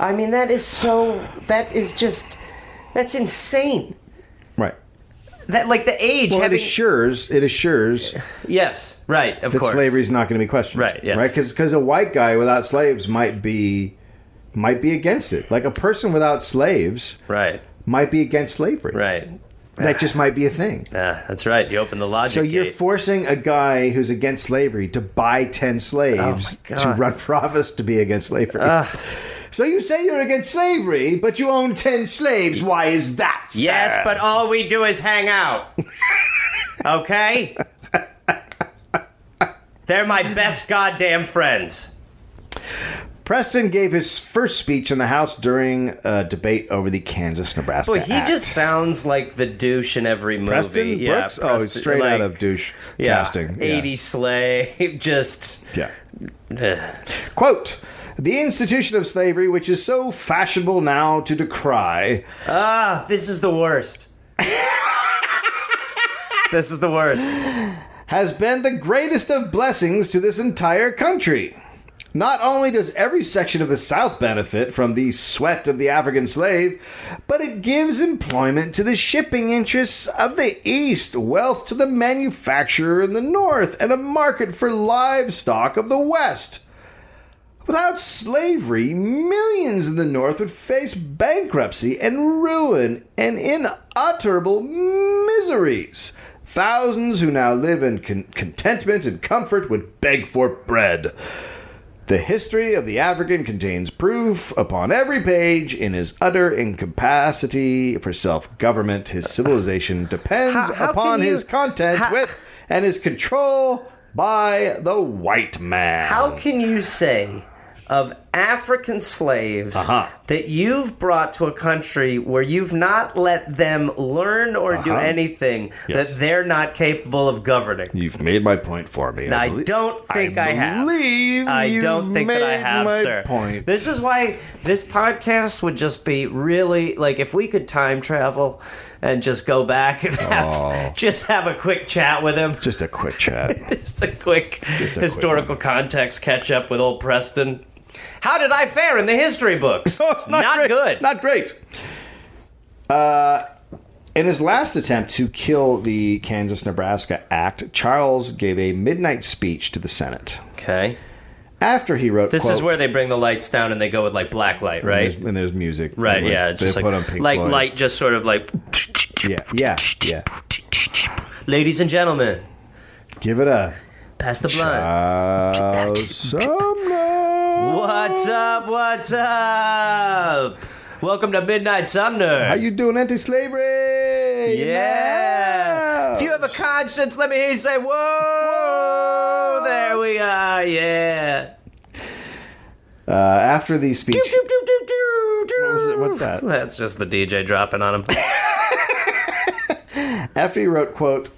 [SPEAKER 2] I mean, that is so. That is just. That's insane.
[SPEAKER 1] Right.
[SPEAKER 2] That like the age
[SPEAKER 1] Well, it
[SPEAKER 2] having.
[SPEAKER 1] assures. It assures.
[SPEAKER 2] yes, right. Of
[SPEAKER 1] that
[SPEAKER 2] course.
[SPEAKER 1] slavery is not going to be questioned,
[SPEAKER 2] Right, yes.
[SPEAKER 1] Right, because a white guy without slaves might be might be against it. Like a person without slaves
[SPEAKER 2] Right.
[SPEAKER 1] might be against slavery.
[SPEAKER 2] Right.
[SPEAKER 1] That just might be a thing.
[SPEAKER 2] Yeah, that's right. You open the logic.
[SPEAKER 1] So you're
[SPEAKER 2] gate.
[SPEAKER 1] forcing a guy who's against slavery to buy ten slaves
[SPEAKER 2] Oh my
[SPEAKER 1] to
[SPEAKER 2] God.
[SPEAKER 1] run for office to be against slavery. so you say you're against slavery, but you own ten slaves. Why is that? sir?
[SPEAKER 2] Yes,
[SPEAKER 3] But all we do is hang out. okay? They're my best goddamn friends.
[SPEAKER 1] Preston gave his first speech in the House during a debate over the Kansas-Nebraska.
[SPEAKER 2] But he
[SPEAKER 1] Act.
[SPEAKER 2] just sounds like the douche in every movie.
[SPEAKER 1] Preston
[SPEAKER 2] yeah,
[SPEAKER 1] Brooks? oh,
[SPEAKER 2] Preston-
[SPEAKER 1] it's straight out
[SPEAKER 2] like,
[SPEAKER 1] of douche
[SPEAKER 2] yeah,
[SPEAKER 1] casting. Yeah.
[SPEAKER 2] 80 slave, just.
[SPEAKER 1] Yeah.
[SPEAKER 2] eh.
[SPEAKER 1] Quote The institution of slavery, which is so fashionable now to decry,
[SPEAKER 2] Ah, this is the worst. this is the worst.
[SPEAKER 1] has been the greatest of blessings to this entire country. Not only does every section of the South benefit from the sweat of the African slave, but it gives employment to the shipping interests of the East, wealth to the manufacturer in the North, and a market for livestock of the West. Without slavery, millions in the North would face bankruptcy and ruin and unutterable miseries. Thousands who now live in con- contentment and comfort would beg for bread. The history of the African contains proof upon every page in his utter incapacity for self government. His civilization depends
[SPEAKER 2] Uh, How- how
[SPEAKER 1] upon
[SPEAKER 2] can you-
[SPEAKER 1] his content
[SPEAKER 2] how-
[SPEAKER 1] with and his control by the white man.
[SPEAKER 2] How can you say of African slaves
[SPEAKER 1] Uh-huh.
[SPEAKER 2] that you've brought to a country where you've not let them learn or do
[SPEAKER 1] Uh-huh.
[SPEAKER 2] anything
[SPEAKER 1] Yes.
[SPEAKER 2] that they're not capable of governing?
[SPEAKER 1] You've made my point for me.
[SPEAKER 2] I
[SPEAKER 1] belie-
[SPEAKER 2] don't think I have.
[SPEAKER 1] believe
[SPEAKER 2] I
[SPEAKER 1] you've
[SPEAKER 2] don't think that I
[SPEAKER 1] made
[SPEAKER 2] have,
[SPEAKER 1] my
[SPEAKER 2] sir.
[SPEAKER 1] Point.
[SPEAKER 2] This is why this podcast would just be really like if we could time travel and just go back and have, just have a quick chat with him.
[SPEAKER 1] Just a quick chat.
[SPEAKER 2] Just a quick
[SPEAKER 1] quick
[SPEAKER 2] historical context catch up with old Preston. How did I fare in the history books?
[SPEAKER 1] So Oh, it's not, great.
[SPEAKER 2] good.
[SPEAKER 1] Not great. Uh, in his last attempt to kill the Kansas Nebraska Act, Charles gave a midnight speech to the Senate.
[SPEAKER 2] okay.
[SPEAKER 1] After he wrote,
[SPEAKER 2] This is
[SPEAKER 1] quote,
[SPEAKER 2] where they bring the lights down and they go with like black light,
[SPEAKER 1] and
[SPEAKER 2] right?
[SPEAKER 1] there's, and there's music.
[SPEAKER 2] Right,
[SPEAKER 1] And when
[SPEAKER 2] yeah. It's
[SPEAKER 1] they
[SPEAKER 2] just
[SPEAKER 1] put on
[SPEAKER 2] like,
[SPEAKER 1] Pink
[SPEAKER 2] like
[SPEAKER 1] Floyd.
[SPEAKER 2] light just sort of like
[SPEAKER 1] Yeah, yeah, yeah.
[SPEAKER 2] Ladies and gentlemen,
[SPEAKER 1] Give it up. Uh,
[SPEAKER 2] pass the blunt.
[SPEAKER 1] Charles Sumner.
[SPEAKER 2] What's up? What's up? Welcome to Midnight Sumner.
[SPEAKER 1] How you doing, anti-slavery? in the
[SPEAKER 2] Yeah. If you
[SPEAKER 1] house?
[SPEAKER 2] have a conscience, let me hear you say, whoa, there we are, yeah.
[SPEAKER 1] Uh, after the speech, What was it- what's that?
[SPEAKER 2] That's just the DJ dropping on him.
[SPEAKER 1] after he wrote, "quote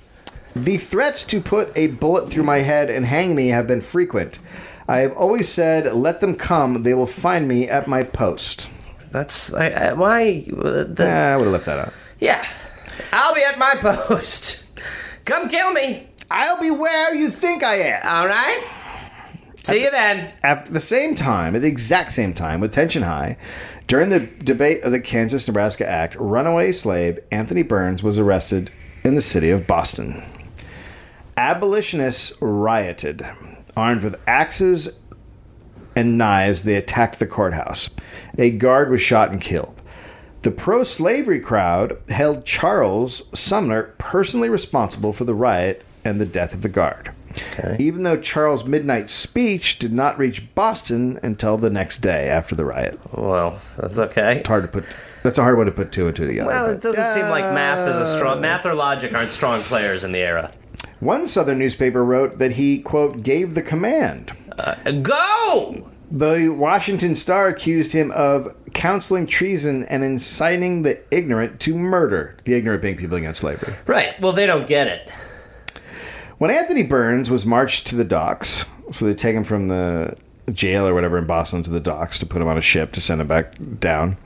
[SPEAKER 1] The threats to put a bullet through my head and hang me have been frequent. I have always said, let them come; they will find me at my post."
[SPEAKER 2] That's I, I, why. uh, The,
[SPEAKER 1] Yeah, I would have left that out.
[SPEAKER 2] yeah, I'll be at my post. Come kill me.
[SPEAKER 1] I'll be where you think I am.
[SPEAKER 2] All right. See you then.
[SPEAKER 1] At the same time, at the exact same time, with tension high, during the debate of the Kansas Nebraska Act, runaway slave Anthony Burns was arrested in the city of Boston. Abolitionists rioted. Armed with axes and knives, they attacked the courthouse. A guard was shot and killed. The pro slavery crowd held Charles Sumner personally responsible for the riot and the death of the guard. Even though Charles' midnight speech did not reach Boston until the next day after the riot.
[SPEAKER 2] Well, that's okay.
[SPEAKER 1] Hard to put. That's a hard one to put two and two together.
[SPEAKER 2] Well,
[SPEAKER 1] but-
[SPEAKER 2] Oh, it doesn't seem like math is a strong math or logic aren't strong players in the era.
[SPEAKER 1] One Southern newspaper wrote that he, quote, gave the command.
[SPEAKER 2] Go!
[SPEAKER 1] The Washington Star accused him of counseling treason and inciting the ignorant to murder, the ignorant being people against slavery.
[SPEAKER 2] Right. Well, they don't get it.
[SPEAKER 1] When Anthony Burns was marched to the docks, so they take him from the jail or whatever in Boston to the docks to put him on a ship to send him back down,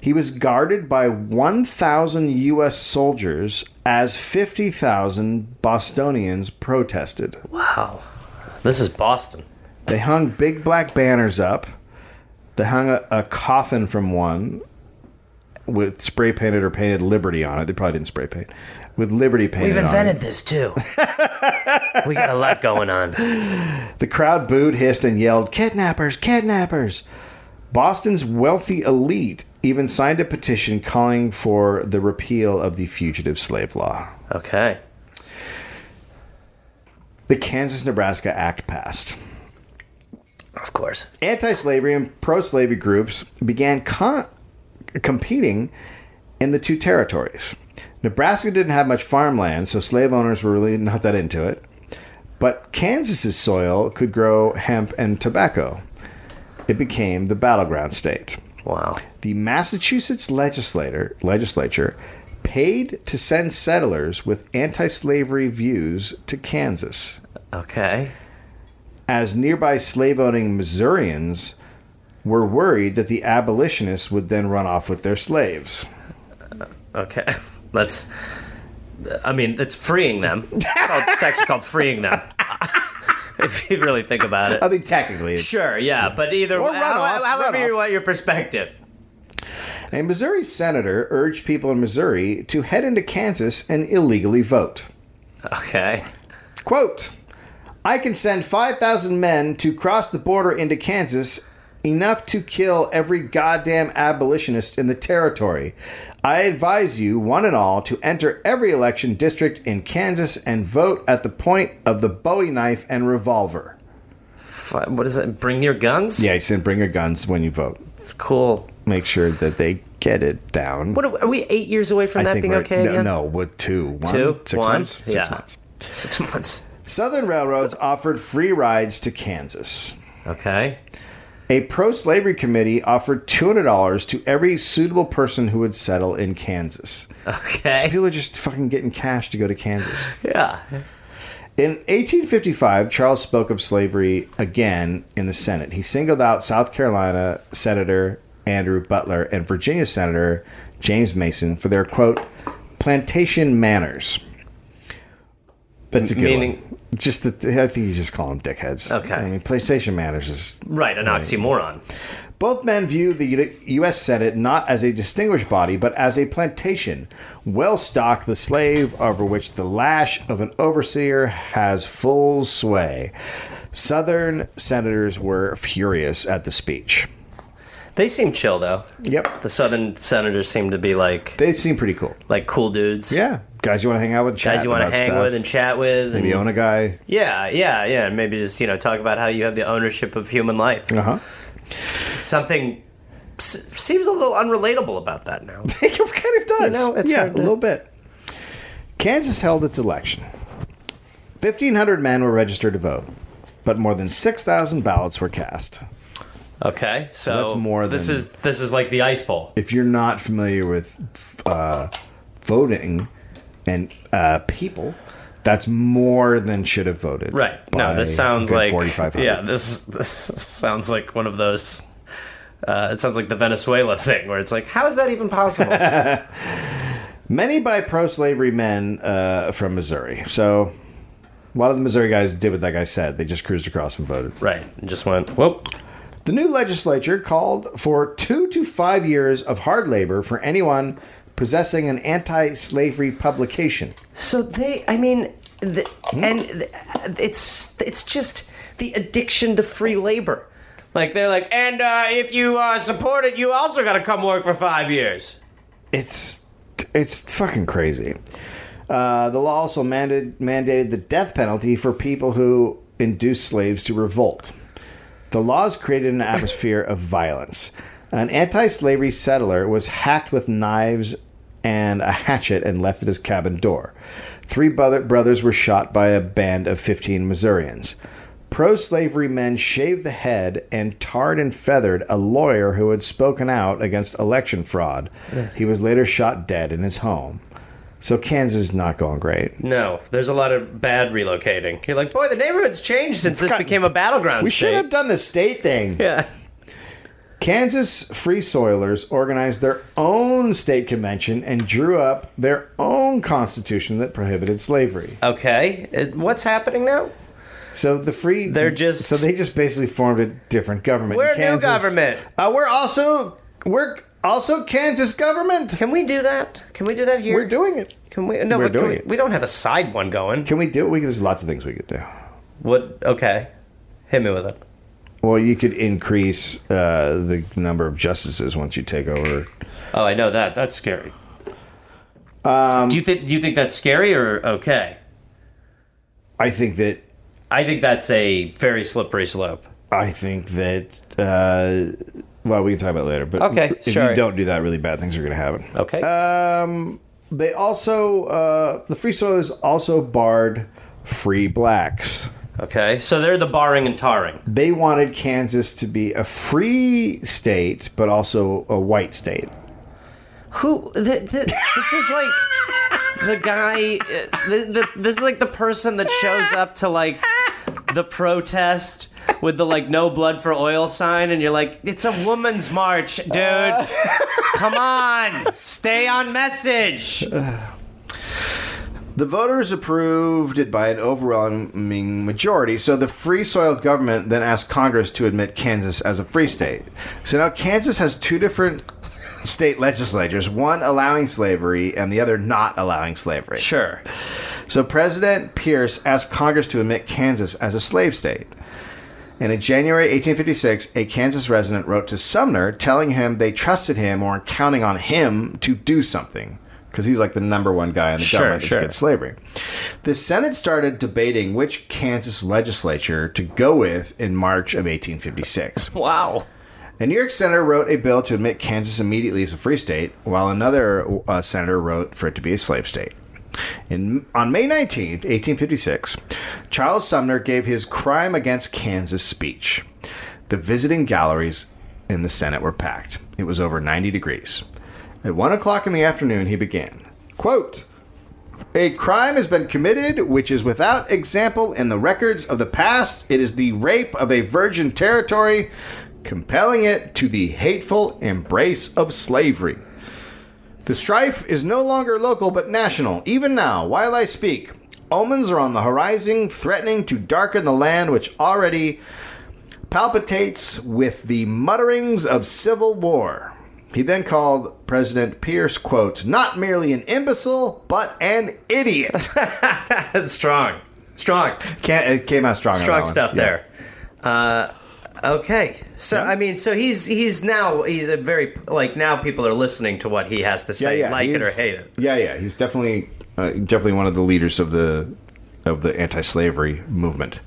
[SPEAKER 1] he was guarded by 1,000 U.S. soldiers as 50,000 Bostonians protested.
[SPEAKER 2] Wow. This is Boston.
[SPEAKER 1] They hung big black banners up. They hung a, a coffin from one with spray painted or painted Liberty on it. They probably didn't spray paint. With Liberty painted on
[SPEAKER 2] We've
[SPEAKER 1] it.
[SPEAKER 2] invented this too. we got a lot going on.
[SPEAKER 1] The crowd booed, hissed, and yelled, Kidnappers! Kidnappers! Boston's wealthy elite even signed a petition calling for the repeal of the fugitive slave law.
[SPEAKER 2] Okay.
[SPEAKER 1] The Kansas Nebraska Act passed.
[SPEAKER 2] Of course.
[SPEAKER 1] Anti slavery and pro slavery groups began con- competing in the two territories. Nebraska didn't have much farmland, so slave owners were really not that into it. But Kansas's soil could grow hemp and tobacco. It became the battleground state.
[SPEAKER 2] Wow.
[SPEAKER 1] the Massachusetts legislator legislature paid to send settlers with anti-slavery views to Kansas
[SPEAKER 2] Okay.
[SPEAKER 1] as nearby slave-owning Missourians were worried that the abolitionists would then run off with their slaves.
[SPEAKER 2] Okay. That's. I mean, that's freeing them. It's, called, it's actually called freeing them. if you really think about it.
[SPEAKER 1] I mean, technically, it's,
[SPEAKER 2] Sure, yeah, but either
[SPEAKER 1] Or
[SPEAKER 2] way,
[SPEAKER 1] runoff,
[SPEAKER 2] how- however
[SPEAKER 1] runoff.
[SPEAKER 2] you want your perspective.
[SPEAKER 1] a Missouri senator urged people in Missouri to head into Kansas and illegally vote.
[SPEAKER 2] Okay.
[SPEAKER 1] Quote, I can send 5,000 men to cross the border into Kansas, enough to kill every goddamn abolitionist in the territory. I advise you, one and all, to enter every election district in Kansas and vote at the point of the bowie knife and revolver.
[SPEAKER 2] Fi- What is that? Bring your guns?
[SPEAKER 1] Yeah, he said bring your guns when you vote.
[SPEAKER 2] Cool.
[SPEAKER 1] Make sure that they get it down.
[SPEAKER 2] What are we, are we eight years away from
[SPEAKER 1] I
[SPEAKER 2] that
[SPEAKER 1] think
[SPEAKER 2] being
[SPEAKER 1] we're-
[SPEAKER 2] okay
[SPEAKER 1] no,
[SPEAKER 2] again?
[SPEAKER 1] No, with two. One,
[SPEAKER 2] Two?
[SPEAKER 1] Six
[SPEAKER 2] One?
[SPEAKER 1] months? Six
[SPEAKER 2] Yeah.
[SPEAKER 1] months.
[SPEAKER 2] Six months.
[SPEAKER 1] Southern railroads offered free rides to Kansas.
[SPEAKER 2] Okay.
[SPEAKER 1] A pro slavery committee offered $200 to every suitable person who would settle in Kansas.
[SPEAKER 2] Okay.
[SPEAKER 1] People are just fucking getting cash to go to Kansas.
[SPEAKER 2] Yeah.
[SPEAKER 1] In 1855, Charles spoke of slavery again in the Senate. He singled out South Carolina Senator Andrew Butler and Virginia Senator James Mason for their quote, plantation manners. That's a good
[SPEAKER 2] Meaning-
[SPEAKER 1] one. Just that I think you just call them dickheads.
[SPEAKER 2] Okay.
[SPEAKER 1] I mean, plantation manners is
[SPEAKER 2] Right, an oxymoron.
[SPEAKER 1] both men view the U- U.S. Senate not as a distinguished body, but as a plantation, well stocked with slave over which the lash of an overseer has full sway. Southern senators were furious at the speech.
[SPEAKER 2] They seem chill though.
[SPEAKER 1] Yep.
[SPEAKER 2] The southern senators seem to be like
[SPEAKER 1] They seem pretty cool.
[SPEAKER 2] like cool dudes.
[SPEAKER 1] Yeah. Guys you want to hang out with, chat
[SPEAKER 2] Guys you want to
[SPEAKER 1] about
[SPEAKER 2] hang
[SPEAKER 1] stuff.
[SPEAKER 2] with and chat with. And,
[SPEAKER 1] Maybe own a guy.
[SPEAKER 2] yeah, yeah, yeah. And maybe just, you know, talk about how you have the ownership of human life.
[SPEAKER 1] Uh huh.
[SPEAKER 2] Something s- seems a little unrelatable about that now.
[SPEAKER 1] it kind of does.
[SPEAKER 2] You know, it's
[SPEAKER 1] yeah,
[SPEAKER 2] hard
[SPEAKER 1] a
[SPEAKER 2] to-
[SPEAKER 1] little bit. Kansas held its election. 1,500 men were registered to vote, but more than 6,000 ballots were cast.
[SPEAKER 2] Okay. So,
[SPEAKER 1] that's more
[SPEAKER 2] this
[SPEAKER 1] than-
[SPEAKER 2] is this is like the ice bowl.
[SPEAKER 1] If you're not familiar with uh, voting and uh, people, that's more than should have voted.
[SPEAKER 2] Right. No,
[SPEAKER 1] by
[SPEAKER 2] this sounds
[SPEAKER 1] a good
[SPEAKER 2] like
[SPEAKER 1] 4,500.
[SPEAKER 2] yeah. This this sounds like one of those. Uh, it sounds like the Venezuela thing, where it's like, how is that even possible?
[SPEAKER 1] Many by pro slavery men uh, from Missouri. So A lot of the Missouri guys did what that guy said. They just cruised across and voted.
[SPEAKER 2] Right. Just went, whoop.
[SPEAKER 1] The new legislature called for two to five years of hard labor for anyone possessing an anti slavery publication.
[SPEAKER 2] So they, I mean, the,
[SPEAKER 1] Hmm?
[SPEAKER 2] and the, it's it's just the addiction to free labor. Like they're like,
[SPEAKER 3] And uh, if you uh, support it, you also got to come work for five years.
[SPEAKER 1] It's it's fucking crazy. Uh, the law also mandated, mandated the death penalty for people who induce slaves to revolt. The laws created an atmosphere of violence. An anti slavery settler was hacked with knives and a hatchet and left at his cabin door. Three brother- brothers were shot by a band of 15 Missourians. Pro slavery men shaved the head and tarred and feathered a lawyer who had spoken out against election fraud. He was later shot dead in his home. So Kansas is not going great.
[SPEAKER 2] no, there's a lot of bad relocating. You're like, boy, the neighborhood's changed since this
[SPEAKER 1] got-
[SPEAKER 2] became a battleground
[SPEAKER 1] We
[SPEAKER 2] state.
[SPEAKER 1] should have done the state thing.
[SPEAKER 2] Yeah.
[SPEAKER 1] Kansas Free Soilers organized their own state convention and drew up their own constitution that prohibited slavery.
[SPEAKER 2] Okay. It- what's happening now?
[SPEAKER 1] So the free
[SPEAKER 2] They're just-
[SPEAKER 1] so they just basically formed a different government.
[SPEAKER 2] We're a
[SPEAKER 1] in
[SPEAKER 2] new
[SPEAKER 1] Kansas.
[SPEAKER 2] government.
[SPEAKER 1] Uh, we're also we're also Kansas government.
[SPEAKER 2] Can we do that? Can we do that here?
[SPEAKER 1] We're doing it.
[SPEAKER 2] Can we? No,
[SPEAKER 1] we're
[SPEAKER 2] but can
[SPEAKER 1] doing
[SPEAKER 2] we,
[SPEAKER 1] it.
[SPEAKER 2] we don't have a side one going.
[SPEAKER 1] Can we do it? We, there's lots of things we could do.
[SPEAKER 2] What? Okay. Hit me with it.
[SPEAKER 1] Well, you could increase uh, the number of justices once you take over.
[SPEAKER 2] Oh, I know that. That's scary. Um, do you think? Do you think that's scary or okay?
[SPEAKER 1] I think that
[SPEAKER 2] I think that's a very slippery slope.
[SPEAKER 1] I think that. Uh, well, we can talk about it later. But
[SPEAKER 2] Okay,
[SPEAKER 1] if
[SPEAKER 2] sure.
[SPEAKER 1] you don't do that, really bad things are going to happen.
[SPEAKER 2] Okay.
[SPEAKER 1] Um, they also uh, the Free Soilers also barred free blacks.
[SPEAKER 2] okay. So they're the barring and tarring.
[SPEAKER 1] They wanted Kansas to be a free state, but also a white state.
[SPEAKER 2] Who? The, the, this is like the guy. uh, The, the, this is like the person that shows up to like the protest with the like no blood for oil sign, and you're like, it's a woman's march, dude. Come on, stay on message.
[SPEAKER 1] The voters approved it by an overwhelming majority, so the Free Soil government then asked Congress to admit Kansas as a free state. So now Kansas has two different state legislatures, one allowing slavery and the other not allowing slavery.
[SPEAKER 2] Sure.
[SPEAKER 1] So President Pierce asked Congress to admit Kansas as a slave state. And in January 1856, a Kansas resident wrote to Sumner telling him they trusted him or counting on him to do something. Because he's like the number one guy in the
[SPEAKER 2] Sure,
[SPEAKER 1] government
[SPEAKER 2] sure.
[SPEAKER 1] that's against slavery. The Senate started debating which Kansas legislature to go with in March of 1856.
[SPEAKER 2] Wow.
[SPEAKER 1] A New York senator wrote a bill to admit Kansas immediately as a free state, while another uh, senator wrote for it to be a slave state. In, on May 19th, 1856, Charles Sumner gave his Crime Against Kansas speech. The visiting galleries in the Senate were packed. It was over 90 degrees. At 1 o'clock in the afternoon, he began, quote, a crime has been committed which is without example in the records of the past. It is the rape of a virgin territory, compelling it to the hateful embrace of slavery. The strife is no longer local but national. Even now, while I speak, omens are on the horizon threatening to darken the land which already palpitates with the mutterings of civil war. He then called President Pierce, quote, not merely an imbecile, but an idiot.
[SPEAKER 2] That's strong. Strong.
[SPEAKER 1] Can't, it came out strong. on that
[SPEAKER 2] Strong
[SPEAKER 1] one.
[SPEAKER 2] stuff
[SPEAKER 1] Yeah.
[SPEAKER 2] there. Uh, okay, so I mean, so he's he's now he's a very like now people are listening to what he has to
[SPEAKER 1] Yeah,
[SPEAKER 2] say,
[SPEAKER 1] yeah.
[SPEAKER 2] like it or
[SPEAKER 1] he's-
[SPEAKER 2] hate it.
[SPEAKER 1] Yeah, yeah. He's definitely, uh, definitely one of the leaders of the of the anti-slavery movement.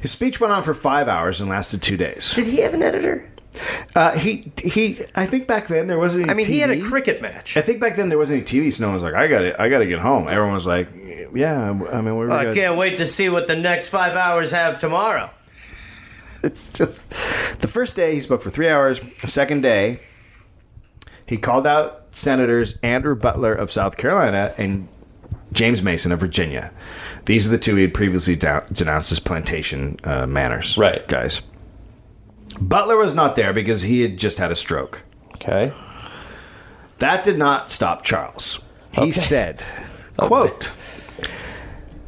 [SPEAKER 1] His speech went on for five hours and lasted two days.
[SPEAKER 2] Did he have an editor?
[SPEAKER 1] Uh, he he. I think back then there wasn't. Any
[SPEAKER 2] I mean, he had a
[SPEAKER 1] TV.
[SPEAKER 2] cricket match.
[SPEAKER 1] I think back then there wasn't any TV, so no one was like, "I got to I got to get home." Everyone was like, "Yeah, I mean, we're."
[SPEAKER 2] I can't wait to see what the next five hours have tomorrow.
[SPEAKER 1] it's just the first day he spoke for three hours. The second day, he called out Senators Andrew Butler of South Carolina and James Mason of Virginia. These are the two he had previously down- denounced as plantation uh, manners.
[SPEAKER 2] Right.
[SPEAKER 1] guys. Butler was not there because he had just had a stroke.
[SPEAKER 2] Okay. Oh,
[SPEAKER 1] That did not stop Charles. He said, quote,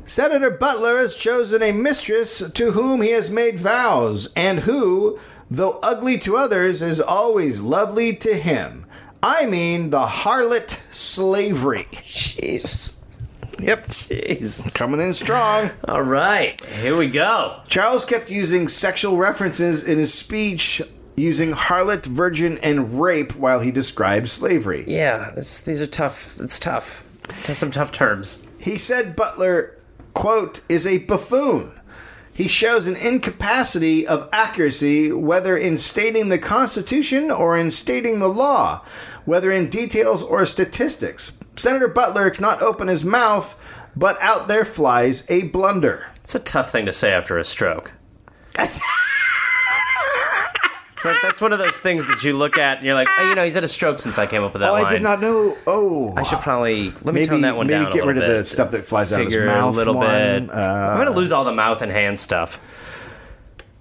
[SPEAKER 1] Senator Butler has chosen a mistress to whom he has made vows, and who, though ugly to others, is always lovely to him. I mean the harlot slavery.
[SPEAKER 2] Jeez.
[SPEAKER 1] Yep.
[SPEAKER 2] Jeez.
[SPEAKER 1] Coming in strong.
[SPEAKER 2] All right. Here we go.
[SPEAKER 1] Charles kept using sexual references in his speech, using harlot, virgin, and rape while he described slavery.
[SPEAKER 2] Yeah, this, these are tough. It's tough. T- Some tough terms.
[SPEAKER 1] He said Butler, quote, is a buffoon. He shows an incapacity of accuracy, whether in stating the Constitution or in stating the law, whether in details or statistics. Senator Butler cannot open his mouth, but out there flies a blunder.
[SPEAKER 2] It's a tough thing to say after a stroke.
[SPEAKER 1] That's-
[SPEAKER 2] It's like that's one of those things that you look at and you're like, oh, you know, he's had a stroke since I came up with that
[SPEAKER 1] oh,
[SPEAKER 2] line.
[SPEAKER 1] I did not know. Oh,
[SPEAKER 2] I should probably let me
[SPEAKER 1] maybe
[SPEAKER 2] tone that one
[SPEAKER 1] maybe
[SPEAKER 2] down.
[SPEAKER 1] get
[SPEAKER 2] a little
[SPEAKER 1] rid of
[SPEAKER 2] bit.
[SPEAKER 1] the stuff that flies out of his
[SPEAKER 2] Figure
[SPEAKER 1] mouth
[SPEAKER 2] a little
[SPEAKER 1] one.
[SPEAKER 2] bit.
[SPEAKER 1] Uh,
[SPEAKER 2] I'm gonna lose all the mouth and hand stuff.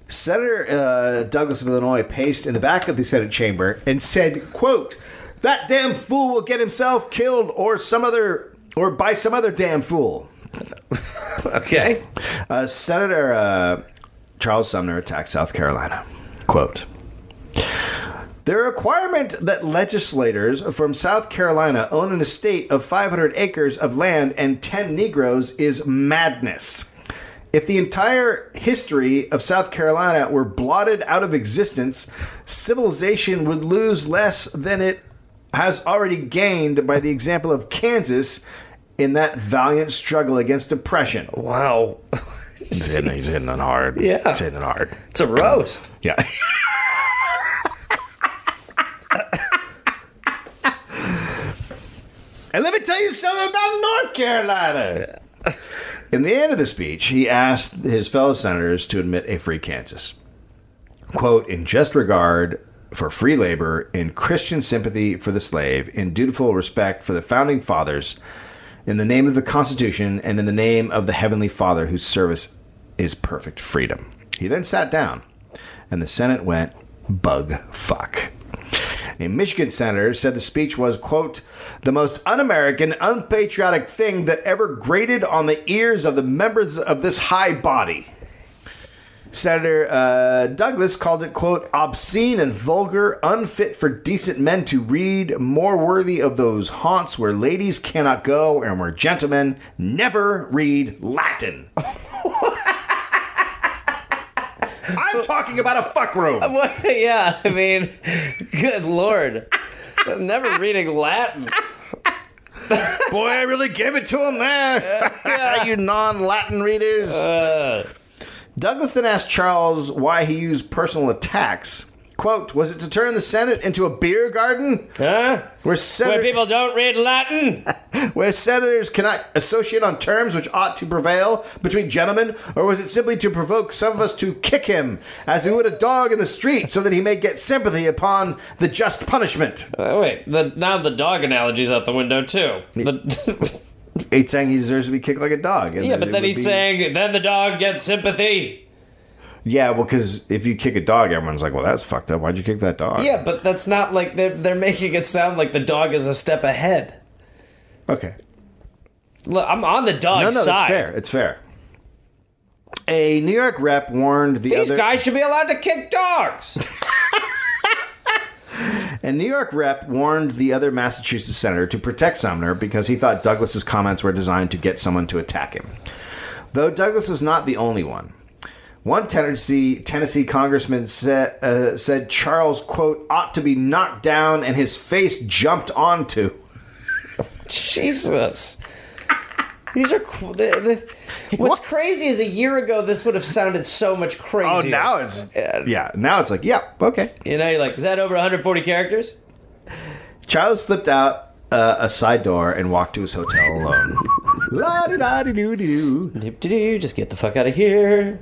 [SPEAKER 1] Senator uh, Douglas of Illinois paced in the back of the Senate chamber and said, "Quote: That damn fool will get himself killed, or some other, or by some other damn fool."
[SPEAKER 2] Okay.
[SPEAKER 1] Uh, Senator uh, Charles Sumner attacked South Carolina. Quote. The requirement that legislators from South Carolina own an estate of 500 acres of land and 10 Negroes is madness. If the entire history of South Carolina were blotted out of existence, civilization would lose less than it has already gained by the example of Kansas in that valiant struggle against oppression.
[SPEAKER 2] Wow.
[SPEAKER 1] He's hitting, he's hitting it hard.
[SPEAKER 2] Yeah.
[SPEAKER 1] He's hitting it hard.
[SPEAKER 2] It's a roast.
[SPEAKER 1] Yeah. and let me tell you something about North Carolina. In the end of the speech, he asked his fellow senators to admit a free Kansas. Quote, in just regard for free labor, in Christian sympathy for the slave, in dutiful respect for the founding fathers, in the name of the Constitution, and in the name of the Heavenly Father whose service is perfect freedom. He then sat down and the Senate went bug fuck. A Michigan senator said the speech was, quote, the most un American, unpatriotic thing that ever grated on the ears of the members of this high body. Senator uh, Douglas called it, quote, obscene and vulgar, unfit for decent men to read, more worthy of those haunts where ladies cannot go and where gentlemen never read Latin. I'm talking about a fuck room.
[SPEAKER 2] What? Yeah. I mean, good lord. I'm never reading Latin.
[SPEAKER 1] Boy, I really gave it to him there. you non Latin readers. Douglas then asked Charles why he used personal attacks. Quote, was it to turn the Senate into a beer garden?
[SPEAKER 2] Huh?
[SPEAKER 1] Where,
[SPEAKER 2] Where
[SPEAKER 1] senator-
[SPEAKER 2] people don't read Latin.
[SPEAKER 1] where senators cannot associate on terms which ought to prevail between gentlemen, or was it simply to provoke some of us to kick him as we would a dog in the street so that he may get sympathy upon the just punishment?
[SPEAKER 2] Uh, wait. The, now the dog analogy's out the window too. The,
[SPEAKER 1] It's saying he deserves to be kicked like a dog. and
[SPEAKER 2] yeah,
[SPEAKER 1] that
[SPEAKER 2] but
[SPEAKER 1] it
[SPEAKER 2] then
[SPEAKER 1] would
[SPEAKER 2] he's
[SPEAKER 1] be-
[SPEAKER 2] saying then the dog gets sympathy.
[SPEAKER 1] Yeah, well, because if you kick a dog, everyone's like, well, that's fucked up. Why'd you kick that dog?
[SPEAKER 2] Yeah, but that's not like they're they're making it sound like the dog is a step ahead.
[SPEAKER 1] Okay.
[SPEAKER 2] Look, I'm on the
[SPEAKER 1] No,
[SPEAKER 2] dog's
[SPEAKER 1] no, it's
[SPEAKER 2] side.
[SPEAKER 1] fair. It's fair. A New York rep warned the
[SPEAKER 2] These
[SPEAKER 1] other.
[SPEAKER 2] guys should be allowed to kick dogs.
[SPEAKER 1] A New York rep warned the other Massachusetts senator to protect Sumner because he thought Douglas's comments were designed to get someone to attack him. Though Douglas was not the only one. One Tennessee Tennessee congressman said, uh, said Charles quote ought to be knocked down and his face jumped onto.
[SPEAKER 2] Jesus. These are qu- the, the, what's crazy is a year ago this would have sounded so much crazier.
[SPEAKER 1] Oh, it's yeah. Now it's like yep yeah, okay.
[SPEAKER 2] you know you're like is that over 140 characters?
[SPEAKER 1] Charles slipped out uh, a side door and walked to his hotel alone. La di da di doo di doo.
[SPEAKER 2] Doop-de-doo, Just get the fuck out of here.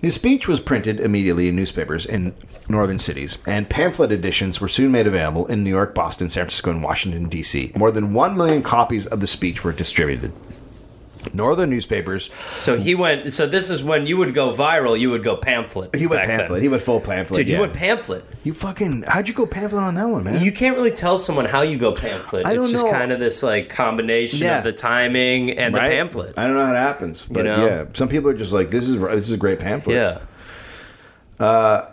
[SPEAKER 1] His speech was printed immediately in newspapers in northern cities, and pamphlet editions were soon made available in New York, Boston, San Francisco, and Washington, D.C. More than one million copies of the speech were distributed. nor the newspapers.
[SPEAKER 2] So he went. So this is when you would go viral. You would go pamphlet.
[SPEAKER 1] He went
[SPEAKER 2] back then.
[SPEAKER 1] pamphlet. He went full pamphlet.
[SPEAKER 2] Dude,
[SPEAKER 1] yeah.
[SPEAKER 2] you went pamphlet.
[SPEAKER 1] You fucking. How'd you go pamphlet on that one, man?
[SPEAKER 2] You can't really tell someone how you go pamphlet.
[SPEAKER 1] I don't
[SPEAKER 2] it's just
[SPEAKER 1] know.
[SPEAKER 2] kind of this like combination
[SPEAKER 1] Yeah.
[SPEAKER 2] of the timing and
[SPEAKER 1] Right?
[SPEAKER 2] the pamphlet.
[SPEAKER 1] I don't know how it happens, but
[SPEAKER 2] know?
[SPEAKER 1] yeah, some people are just like, "This is this is a great pamphlet."
[SPEAKER 2] yeah.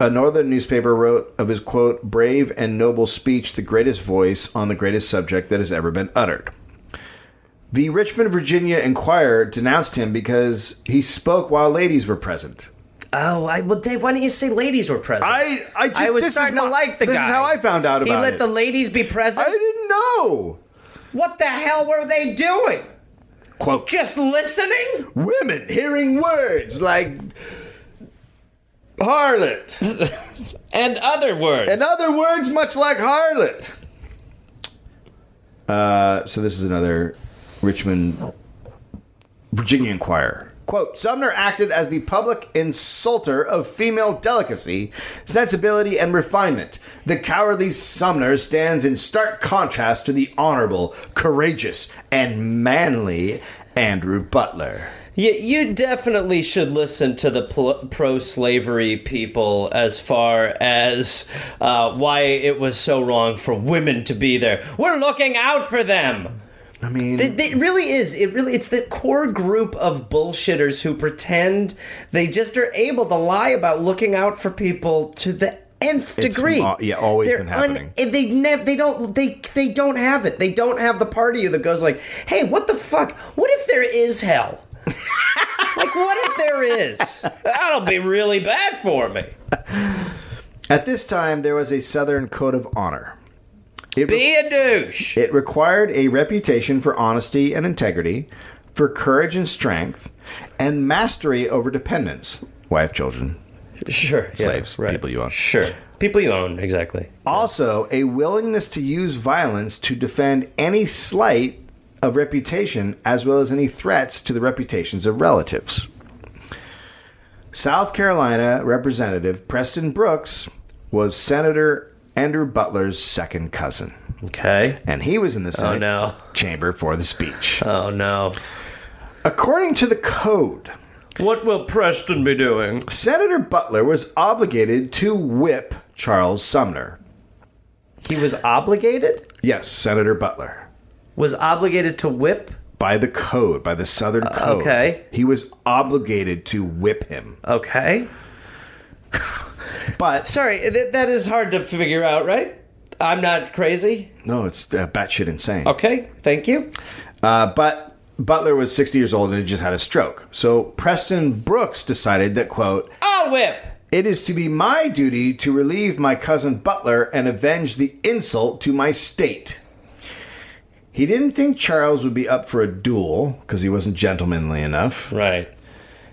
[SPEAKER 1] A northern newspaper wrote of his quote, brave and noble speech, the greatest voice on the greatest subject that has ever been uttered. The Richmond, Virginia Enquirer denounced him because he spoke while ladies were present.
[SPEAKER 2] Oh, I, well, Dave, why didn't you say ladies were present?
[SPEAKER 1] I, I just
[SPEAKER 2] I was
[SPEAKER 1] this is
[SPEAKER 2] starting to
[SPEAKER 1] my-
[SPEAKER 2] like the
[SPEAKER 1] This
[SPEAKER 2] guy.
[SPEAKER 1] is how I found out
[SPEAKER 2] He
[SPEAKER 1] about
[SPEAKER 2] let
[SPEAKER 1] it.
[SPEAKER 2] the ladies be present.
[SPEAKER 1] I didn't know.
[SPEAKER 2] what the hell were they doing?
[SPEAKER 1] Quote,
[SPEAKER 2] Just listening?
[SPEAKER 1] women hearing words like harlot.
[SPEAKER 2] And other words.
[SPEAKER 1] In other words, much like harlot. Uh, so this is another Richmond, Virginia Inquirer. Quote, Sumner acted as the public insulter of female delicacy, sensibility, and refinement. The cowardly Sumner stands in stark contrast to the honorable, courageous, and manly Andrew Butler.
[SPEAKER 2] You, you definitely should listen to the pl- pro slavery people as far as uh, why it was so wrong for women to be there. We're looking out for them.
[SPEAKER 1] I mean,
[SPEAKER 2] It, it really is. It really it's the core group of bullshitters who pretend they just are able to lie about looking out for people to the nth
[SPEAKER 1] It's
[SPEAKER 2] degree.
[SPEAKER 1] mo- yeah, always
[SPEAKER 2] They're
[SPEAKER 1] been happening.
[SPEAKER 2] and they never they don't they they don't have it. They don't have the part of you that goes like, "Hey, what the fuck? What if there is hell?" like, what if there is? That'll be really bad for me.
[SPEAKER 1] at this time, there was a Southern code of honor. It
[SPEAKER 2] Be a douche.
[SPEAKER 1] It required a reputation for honesty and integrity, for courage and strength, and mastery over dependents, wife, children,
[SPEAKER 2] Sure. yeah,
[SPEAKER 1] slaves,
[SPEAKER 2] right.
[SPEAKER 1] people you own.
[SPEAKER 2] Sure. People you own, exactly.
[SPEAKER 1] Also, a willingness to use violence to defend any slight of reputation as well as any threats to the reputations of relatives. South Carolina Representative Preston Brooks was Senator Andrew Butler's second cousin,
[SPEAKER 2] Okay. Oh,
[SPEAKER 1] and he was in the Senate
[SPEAKER 2] no.
[SPEAKER 1] chamber for the speech.
[SPEAKER 2] Oh no.
[SPEAKER 1] According to the code,
[SPEAKER 2] What will Preston be doing?
[SPEAKER 1] Senator Butler was obligated to whip Charles Sumner.
[SPEAKER 2] He was obligated?
[SPEAKER 1] Yes, Senator Butler.
[SPEAKER 2] Was obligated to whip?
[SPEAKER 1] By the code, by the Southern Code.
[SPEAKER 2] okay.
[SPEAKER 1] He was obligated to whip him.
[SPEAKER 2] Okay.
[SPEAKER 1] But,
[SPEAKER 2] Sorry, that, that is hard to figure out, right? I'm not crazy.
[SPEAKER 1] no, it's uh, batshit insane.
[SPEAKER 2] Okay, thank you.
[SPEAKER 1] Uh, but Butler was 60 years old and had just had a stroke. So Preston Brooks decided that, quote,
[SPEAKER 2] I'll whip.
[SPEAKER 1] It is to be my duty to relieve my cousin Butler and avenge the insult to my state. He didn't think Charles would be up for a duel because he wasn't gentlemanly enough.
[SPEAKER 2] Right.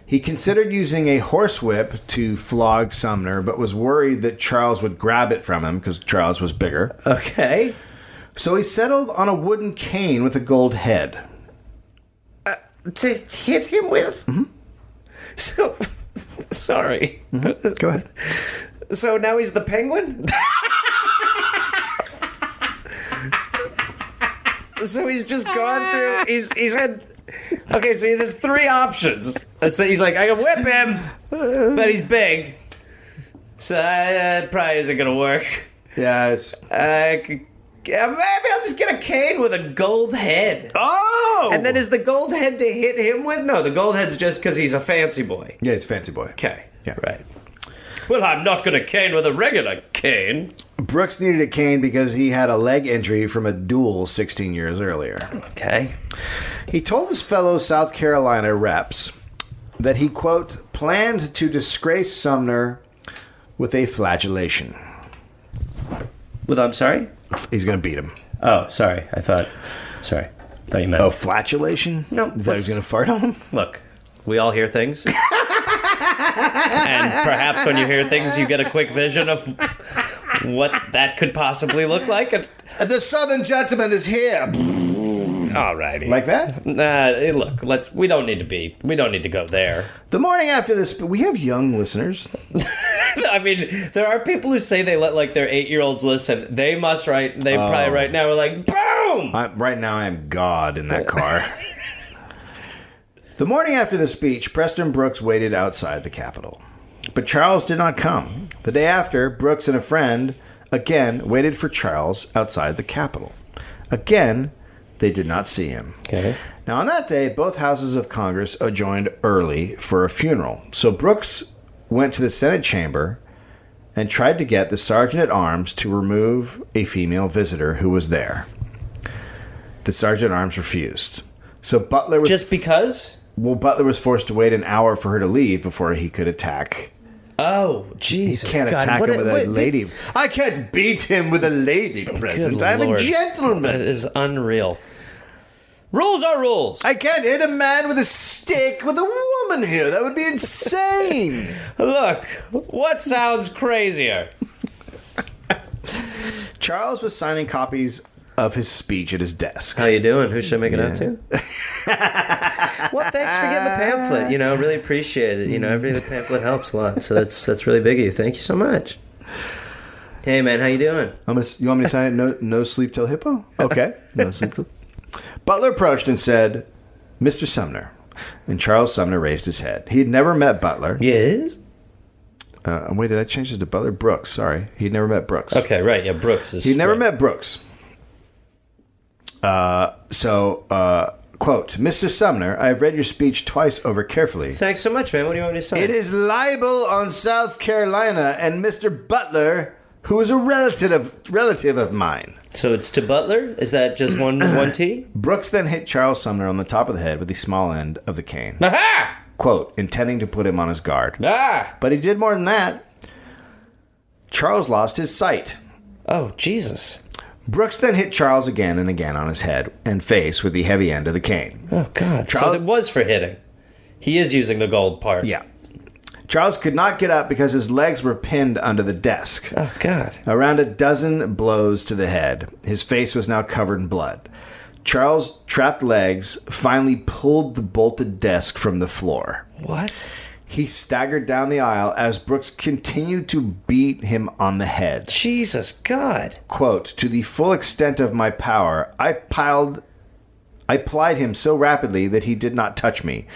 [SPEAKER 1] He considered using a horsewhip to flog Sumner, but was worried that Charles would grab it from him because Charles was bigger.
[SPEAKER 2] Okay.
[SPEAKER 1] So he settled on a wooden cane with a gold head.
[SPEAKER 2] To hit him with? So, sorry.
[SPEAKER 1] Go ahead.
[SPEAKER 2] So now he's the penguin? so he's just gone through he's he's had Okay, so there's three options. So he's like, I can whip him, but he's big. So uh, that probably isn't gonna work. Uh,
[SPEAKER 1] Yeah, it's.
[SPEAKER 2] I could, yeah, maybe I'll just get a cane with a gold head.
[SPEAKER 1] Oh!
[SPEAKER 2] And then is the gold head to hit him with? No, the gold head's just because he's a fancy boy.
[SPEAKER 1] Yeah, it's Fancy Boy.
[SPEAKER 2] Okay.
[SPEAKER 1] Yeah.
[SPEAKER 2] Right. Well, I'm not gonna cane with a regular cane.
[SPEAKER 1] Brooks needed a cane because he had a leg injury from a duel 16 years earlier.
[SPEAKER 2] Okay.
[SPEAKER 1] He told his fellow South Carolina reps that he, quote, planned to disgrace Sumner with a flagellation.
[SPEAKER 2] With I'm sorry?
[SPEAKER 1] He's going to beat him.
[SPEAKER 2] Oh, sorry. I thought sorry. Thought you meant
[SPEAKER 1] A flagellation?
[SPEAKER 2] No,
[SPEAKER 1] You thought he was
[SPEAKER 2] what's-
[SPEAKER 1] going to fart on him?
[SPEAKER 2] look. We all hear things. and perhaps when you hear things you get a quick vision of what that could possibly look like. And
[SPEAKER 1] The Southern gentleman is here.
[SPEAKER 2] Alrighty.
[SPEAKER 1] Like that?
[SPEAKER 2] Nah, eh, look, let's we don't need to be we don't need to go there.
[SPEAKER 1] The morning after this, but we have young listeners.
[SPEAKER 2] I mean, there are people who say they let like their 8-year-olds listen. They must right
[SPEAKER 1] Oh.
[SPEAKER 2] they probably right now are like boom.
[SPEAKER 1] I, right now, I am God in that car. The morning after the speech, Preston Brooks waited outside the Capitol. But Charles did not come. The day after, Brooks and a friend again waited for Charles outside the Capitol. Again, they did not see him.
[SPEAKER 2] Okay.
[SPEAKER 1] Now, on that day, both houses of Congress adjourned early for a funeral. So Brooks went to the Senate chamber and tried to get the sergeant at arms to remove a female visitor who was there. The sergeant at arms refused. So Butler was
[SPEAKER 2] Just because?
[SPEAKER 1] well, Butler was forced to wait an hour for her to leave before he could attack.
[SPEAKER 2] Oh,
[SPEAKER 1] He
[SPEAKER 2] Jesus.
[SPEAKER 1] can't
[SPEAKER 2] God,
[SPEAKER 1] attack
[SPEAKER 2] what
[SPEAKER 1] him with a
[SPEAKER 2] wait,
[SPEAKER 1] lady. I can't beat him with a lady present. I'm
[SPEAKER 2] Lord.
[SPEAKER 1] a
[SPEAKER 2] That
[SPEAKER 1] gentleman.
[SPEAKER 2] is unreal. Rules are rules.
[SPEAKER 1] I can't hit a man with a stick with a woman here. That would be insane.
[SPEAKER 2] Look, what sounds crazier?
[SPEAKER 1] Charles was signing copies of his speech at his desk.
[SPEAKER 2] How you doing? Who should I make it out to? well, thanks for getting the pamphlet. You know, really appreciate it. You know, every the pamphlet helps a lot. So that's that's really big of you. Thank you so much. Hey man, how you doing?
[SPEAKER 1] I'm gonna, you want me to sign it? No, no sleep till hippo? Okay. No sleep till. Butler approached and said, Mr. Sumner. And Charles Sumner raised his head. He had never met Butler.
[SPEAKER 2] Yes.
[SPEAKER 1] Uh, wait, did I change this to Butler? Brooks, sorry. He'd never met Brooks.
[SPEAKER 2] Okay, right. Yeah, Brooks is.
[SPEAKER 1] He never met Brooks. Uh, so, uh, quote, Mr. Sumner, I have read your speech twice over carefully.
[SPEAKER 2] Thanks so much, man. What do you want me to sign?
[SPEAKER 1] It is libel on South Carolina and Mr. Butler, who is a relative of, relative of mine.
[SPEAKER 2] So it's to Butler. Is that just one one T?
[SPEAKER 1] Brooks then hit Charles Sumner on the top of the head with the small end of the cane,
[SPEAKER 2] Aha!
[SPEAKER 1] quote, intending to put him on his guard.
[SPEAKER 2] Ah!
[SPEAKER 1] But he did more than that. Charles lost his sight.
[SPEAKER 2] Oh Jesus!
[SPEAKER 1] Brooks then hit Charles again and again on his head and face with the heavy end of the cane.
[SPEAKER 2] Oh God! So
[SPEAKER 1] Charles-
[SPEAKER 2] it was for hitting. He is using the gold part.
[SPEAKER 1] Yeah. Charles could not get up because his legs were pinned under the desk.
[SPEAKER 2] Oh God!
[SPEAKER 1] Around a dozen blows to the head. His face was now covered in blood. Charles' trapped legs finally pulled the bolted desk from the floor.
[SPEAKER 2] What?
[SPEAKER 1] He staggered down the aisle as Brooks continued to beat him on the head.
[SPEAKER 2] Jesus God!
[SPEAKER 1] Quote, to the full extent of my power, I piled I plied him so rapidly that he did not touch me.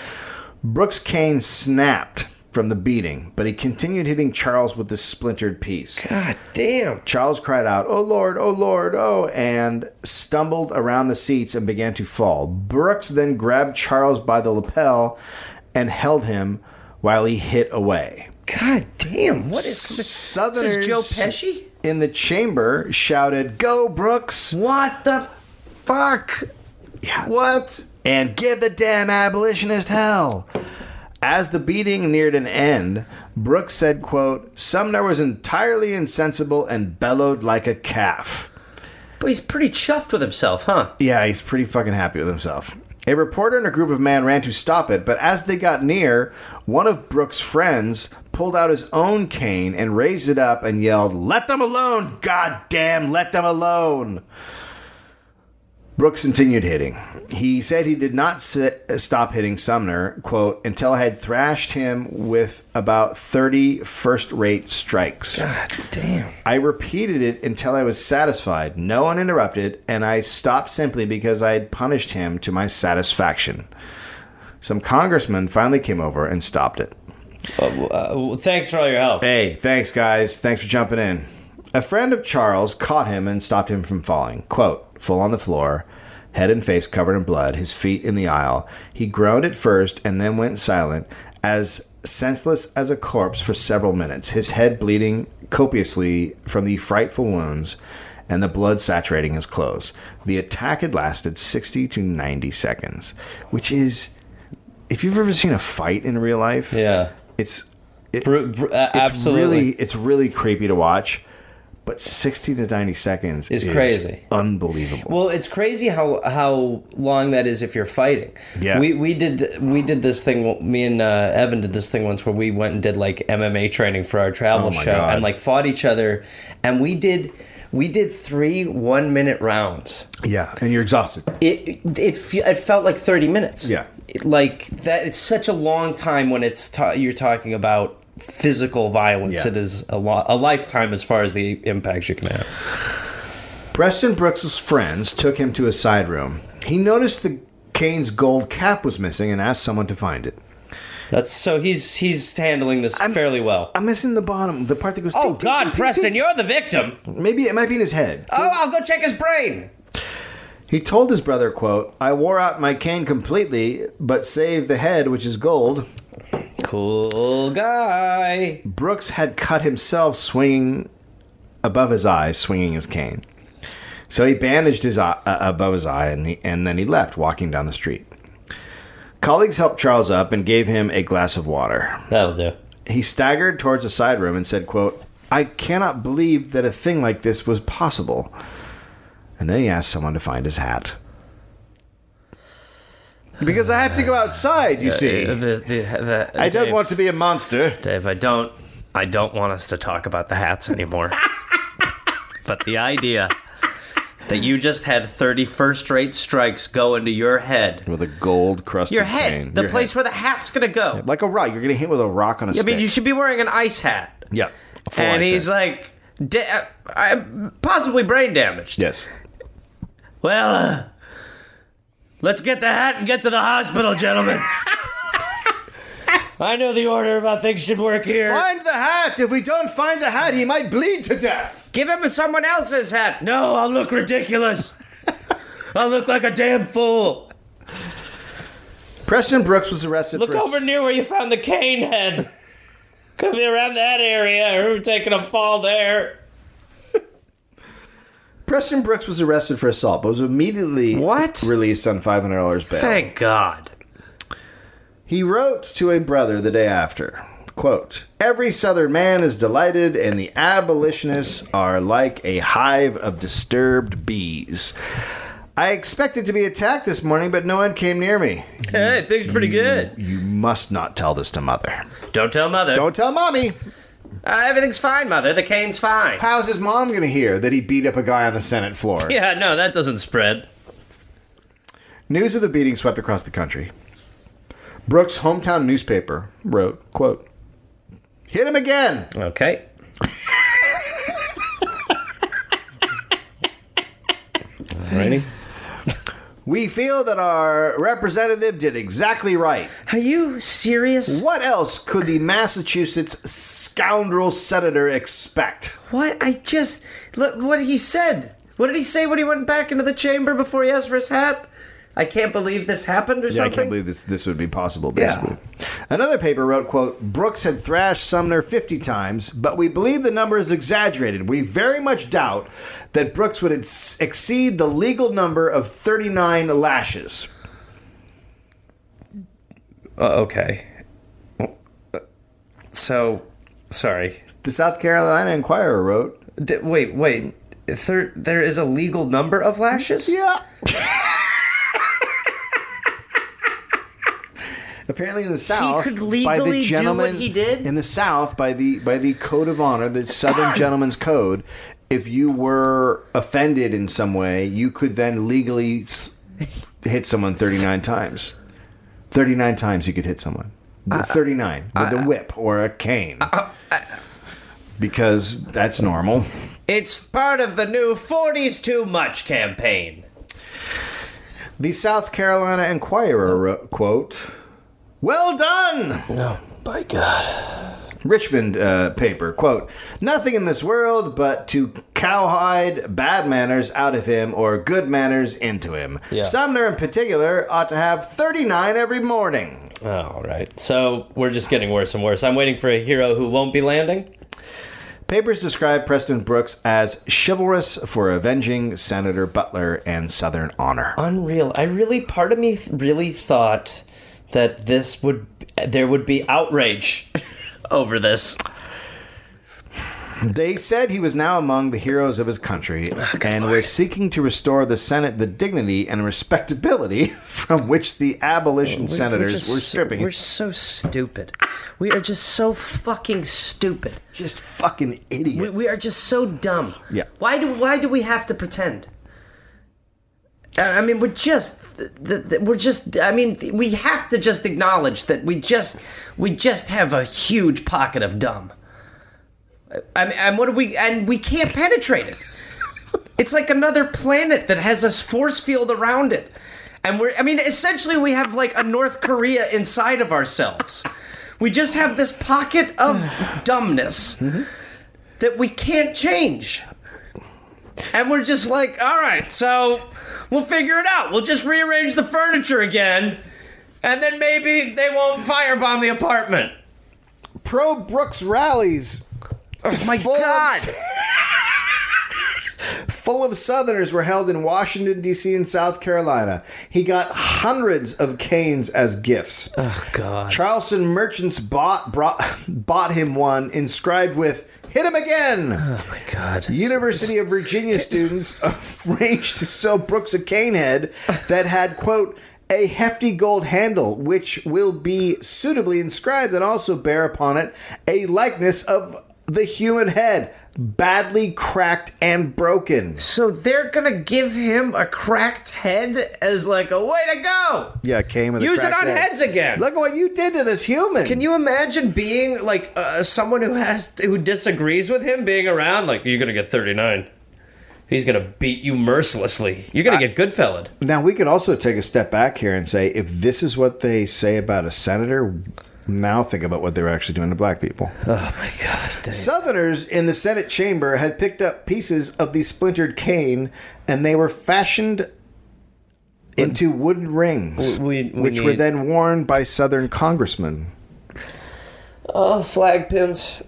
[SPEAKER 1] Brooks' cane snapped from the beating, but he continued hitting Charles with the splintered piece.
[SPEAKER 2] God damn!
[SPEAKER 1] Charles cried out, Oh Lord, oh Lord, oh, and stumbled around the seats and began to fall. Brooks then grabbed Charles by the lapel and held him while he hit away.
[SPEAKER 2] God damn! What is?
[SPEAKER 1] Southerners
[SPEAKER 2] This is Joe Pesci?
[SPEAKER 1] in the chamber shouted, Go, Brooks!
[SPEAKER 2] What the fuck?
[SPEAKER 1] Yeah.
[SPEAKER 2] What?
[SPEAKER 1] and give the damn abolitionist hell. As the beating neared an end, Brooks said, quote, Sumner was entirely insensible and bellowed like a calf.
[SPEAKER 2] But he's pretty chuffed with himself, huh?
[SPEAKER 1] Yeah, he's pretty fucking happy with himself. A reporter and a group of men ran to stop it, but as they got near, one of Brooks' friends pulled out his own cane and raised it up and yelled, Let them alone! God damn, let them alone! Brooks continued hitting. He said he did not sit, stop hitting Sumner, quote, until I had thrashed him with about 30 first rate strikes.
[SPEAKER 2] God damn!
[SPEAKER 1] I repeated it until I was satisfied. No one interrupted, and I stopped simply because I had punished him to my satisfaction. Some congressman finally came over and stopped it.
[SPEAKER 2] Uh, thanks for all your help.
[SPEAKER 1] Hey, thanks, guys. Thanks for jumping in. A friend of Charles caught him and stopped him from falling. Quote, full on the floor, head and face covered in blood, his feet in the aisle. He groaned at first and then went silent, as senseless as a corpse for several minutes, his head bleeding copiously from the frightful wounds and the blood saturating his clothes. The attack had lasted 60 to 90 seconds, which is, if you've ever seen a fight in real life,
[SPEAKER 2] Yeah.
[SPEAKER 1] it's. it-
[SPEAKER 2] Bru- bru- uh,
[SPEAKER 1] it's
[SPEAKER 2] absolutely.
[SPEAKER 1] really it's really creepy to watch but 60 to 90 seconds
[SPEAKER 2] It's
[SPEAKER 1] is
[SPEAKER 2] crazy.
[SPEAKER 1] unbelievable
[SPEAKER 2] Well, it's crazy how how long that is if you're fighting.
[SPEAKER 1] Yeah.
[SPEAKER 2] we we did we did this thing. Me and uh, Evan did this thing once where we went and did like MMA training for our travel
[SPEAKER 1] Oh my
[SPEAKER 2] show
[SPEAKER 1] God.
[SPEAKER 2] and like fought each other, and we did we did three one minute rounds.
[SPEAKER 1] yeah and you're exhausted
[SPEAKER 2] It it fe- it felt like thirty minutes.
[SPEAKER 1] Yeah.
[SPEAKER 2] It- like that. It's such a long time when it's ta- you're talking about physical violence.
[SPEAKER 1] Yeah.
[SPEAKER 2] It is a lo- a lifetime as far as the impacts you can have.
[SPEAKER 1] preston brooks's friends took him to a side room he noticed the Kane's gold cap was missing and asked someone to find it.
[SPEAKER 2] That's so he's he's handling this fairly well.
[SPEAKER 1] I'm missing the bottom, the part that goes.
[SPEAKER 2] oh God, Preston, you're the victim.
[SPEAKER 1] Maybe it might be in his head.
[SPEAKER 2] Oh, I'll go check his brain.
[SPEAKER 1] He told his brother, "quote I wore out my cane completely, but saved the head, which is gold."
[SPEAKER 2] Cool guy.
[SPEAKER 1] Brooks had cut himself swinging above his eye, swinging his cane. So he bandaged his eye, uh, above his eye, and, he, and then he left, walking down the street. Colleagues helped Charles up and gave him a glass of water.
[SPEAKER 2] That'll do.
[SPEAKER 1] He staggered towards a side room and said, quote, I cannot believe that a thing like this was possible. And then he asked someone to find his hat. Because I have to go outside, you see. I don't want to be a monster.
[SPEAKER 3] Dave, I don't. I don't want us to talk about the hats anymore.
[SPEAKER 2] But the idea that you just had 30 first rate strikes go into your head.
[SPEAKER 1] With a gold crust.
[SPEAKER 2] Your head, the place where the hat's gonna go.
[SPEAKER 1] Like a rock. You're going to hit with a rock on a
[SPEAKER 2] I
[SPEAKER 1] stick.
[SPEAKER 2] mean, you should be wearing an ice hat.
[SPEAKER 1] Yeah. A full
[SPEAKER 2] and
[SPEAKER 1] ice
[SPEAKER 2] he's
[SPEAKER 1] hat.
[SPEAKER 2] like, da- uh, I- possibly brain damaged.
[SPEAKER 1] Yes.
[SPEAKER 2] Well, uh, let's get the hat and get to the hospital, gentlemen. I know the order of how things should work here.
[SPEAKER 1] Find the hat! If we don't find the hat, he might bleed to death!
[SPEAKER 2] Give him someone else's hat. No, I'll look ridiculous. I'll look like a damn fool.
[SPEAKER 1] Preston Brooks was arrested
[SPEAKER 2] Look
[SPEAKER 1] for.
[SPEAKER 2] over near where you found the cane head. Could be around that area. We're taking a fall there.
[SPEAKER 1] Preston Brooks was arrested for assault, but was immediately
[SPEAKER 2] What?
[SPEAKER 1] released on five hundred dollars bail.
[SPEAKER 2] Thank God.
[SPEAKER 1] He wrote to a brother the day after. Quote, Every Southern man is delighted, and the abolitionists are like a hive of disturbed bees. I expected to be attacked this morning, but no one came near me.
[SPEAKER 2] Hey, things pretty good.
[SPEAKER 1] You must not tell this to mother.
[SPEAKER 2] Don't tell mother.
[SPEAKER 1] Don't tell mommy.
[SPEAKER 2] Uh, everything's fine, mother. The cane's fine.
[SPEAKER 1] How's his mom going to hear that he beat up a guy on the Senate floor?
[SPEAKER 2] Yeah, no, that doesn't spread.
[SPEAKER 1] News of the beating swept across the country. Brooks' hometown newspaper wrote, quote, Hit him again.
[SPEAKER 2] Okay. Alrighty.
[SPEAKER 1] We feel that our representative did exactly right.
[SPEAKER 2] Are you serious?
[SPEAKER 1] What else could the Massachusetts scoundrel senator expect?
[SPEAKER 2] What? I just look what he said. What did he say when he went back into the chamber before he asked for his hat? I can't believe this happened or something.
[SPEAKER 1] this, this would be possible,
[SPEAKER 2] basically.
[SPEAKER 1] Another paper wrote, quote, Brooks had thrashed Sumner 50 times, but we believe the number is exaggerated. We very much doubt that Brooks would ex- exceed the legal number of 39 lashes.
[SPEAKER 2] Uh, okay. So, sorry.
[SPEAKER 1] The South Carolina Enquirer wrote,
[SPEAKER 2] D- wait, wait. There, there is a legal number of lashes.
[SPEAKER 1] Yeah. Apparently, in the South,
[SPEAKER 2] could
[SPEAKER 1] by
[SPEAKER 2] legally do
[SPEAKER 1] the
[SPEAKER 2] what
[SPEAKER 1] gentleman
[SPEAKER 2] he did?
[SPEAKER 1] in the South by the by the code of honor, the Southern Gentleman's Code. If you were offended in some way, you could then legally s- hit someone thirty nine times. Thirty nine times you could hit someone.
[SPEAKER 2] Uh,
[SPEAKER 1] With thirty nine with a whip or a cane. because that's normal.
[SPEAKER 2] It's part of the new "40s Too Much" campaign.
[SPEAKER 1] The South Carolina Enquirer wrote, quote, Well done!
[SPEAKER 2] By God.
[SPEAKER 1] Richmond uh, paper, quote, Nothing in this world but to cowhide bad manners out of him or good manners into him. Sumner, in particular, ought to have 39 every morning.
[SPEAKER 2] Oh, All right. So we're just getting worse and worse. I'm waiting for a hero who won't be landing.
[SPEAKER 1] Papers describe Preston Brooks as chivalrous for avenging Senator Butler and Southern honor.
[SPEAKER 2] Unreal. I really, part of me th- really thought that this would, there would be outrage over this.
[SPEAKER 1] They said he was now among the heroes of his country
[SPEAKER 2] Ah,
[SPEAKER 1] and was seeking to restore the Senate the dignity and respectability from which the abolition senators
[SPEAKER 2] We're just-
[SPEAKER 1] were stripping.
[SPEAKER 2] We're so stupid. We are just so fucking stupid.
[SPEAKER 1] just fucking idiots.
[SPEAKER 2] We, we are just so dumb.
[SPEAKER 1] Yeah.
[SPEAKER 2] Why do Why do we have to pretend? I I mean, we're just, th- th- th- we're just. I mean, th- we have to just acknowledge that we just, we just have a huge pocket of dumb. I mean, and what do we? And we can't penetrate it. It's like another planet that has a force field around it. and we're I mean essentially we have like a North Korea inside of ourselves. We just have this pocket of dumbness that we can't change. And we're just like, all right, so we'll figure it out. We'll just rearrange the furniture again, and then maybe they won't firebomb the apartment.
[SPEAKER 1] Pro Brooks rallies.
[SPEAKER 2] Oh My
[SPEAKER 1] full of-
[SPEAKER 2] God.
[SPEAKER 1] full of Southerners were held in Washington, D.C. and South Carolina. He got hundreds of canes as gifts.
[SPEAKER 2] Oh, God.
[SPEAKER 1] Charleston merchants bought brought, bought him one inscribed with "Hit him again."
[SPEAKER 2] My God.
[SPEAKER 1] University of Virginia students arranged to sell Brooks a cane head that had quote a hefty gold handle, which will be suitably inscribed and also bear upon it a likeness of the human head, badly cracked and broken.
[SPEAKER 2] So they're gonna give him a cracked head as like a way to go.
[SPEAKER 1] Yeah, came with
[SPEAKER 2] Use it on heads again.
[SPEAKER 1] Look at what you did to this human.
[SPEAKER 2] Can you imagine being like uh, someone who has who disagrees with him being around? Like you're gonna get 39. He's gonna beat you mercilessly. You're gonna get good felled.
[SPEAKER 1] Now we could also take a step back here and say, if this is what they say about a senator, now think about what they were actually doing to black people.
[SPEAKER 2] Oh my god. Dang.
[SPEAKER 1] Southerners in the Senate chamber had picked up pieces of the splintered cane, and they were fashioned into wooden rings,
[SPEAKER 2] We- we- we
[SPEAKER 1] which were
[SPEAKER 2] need-
[SPEAKER 1] then worn by Southern congressmen.
[SPEAKER 2] Oh, flag pins.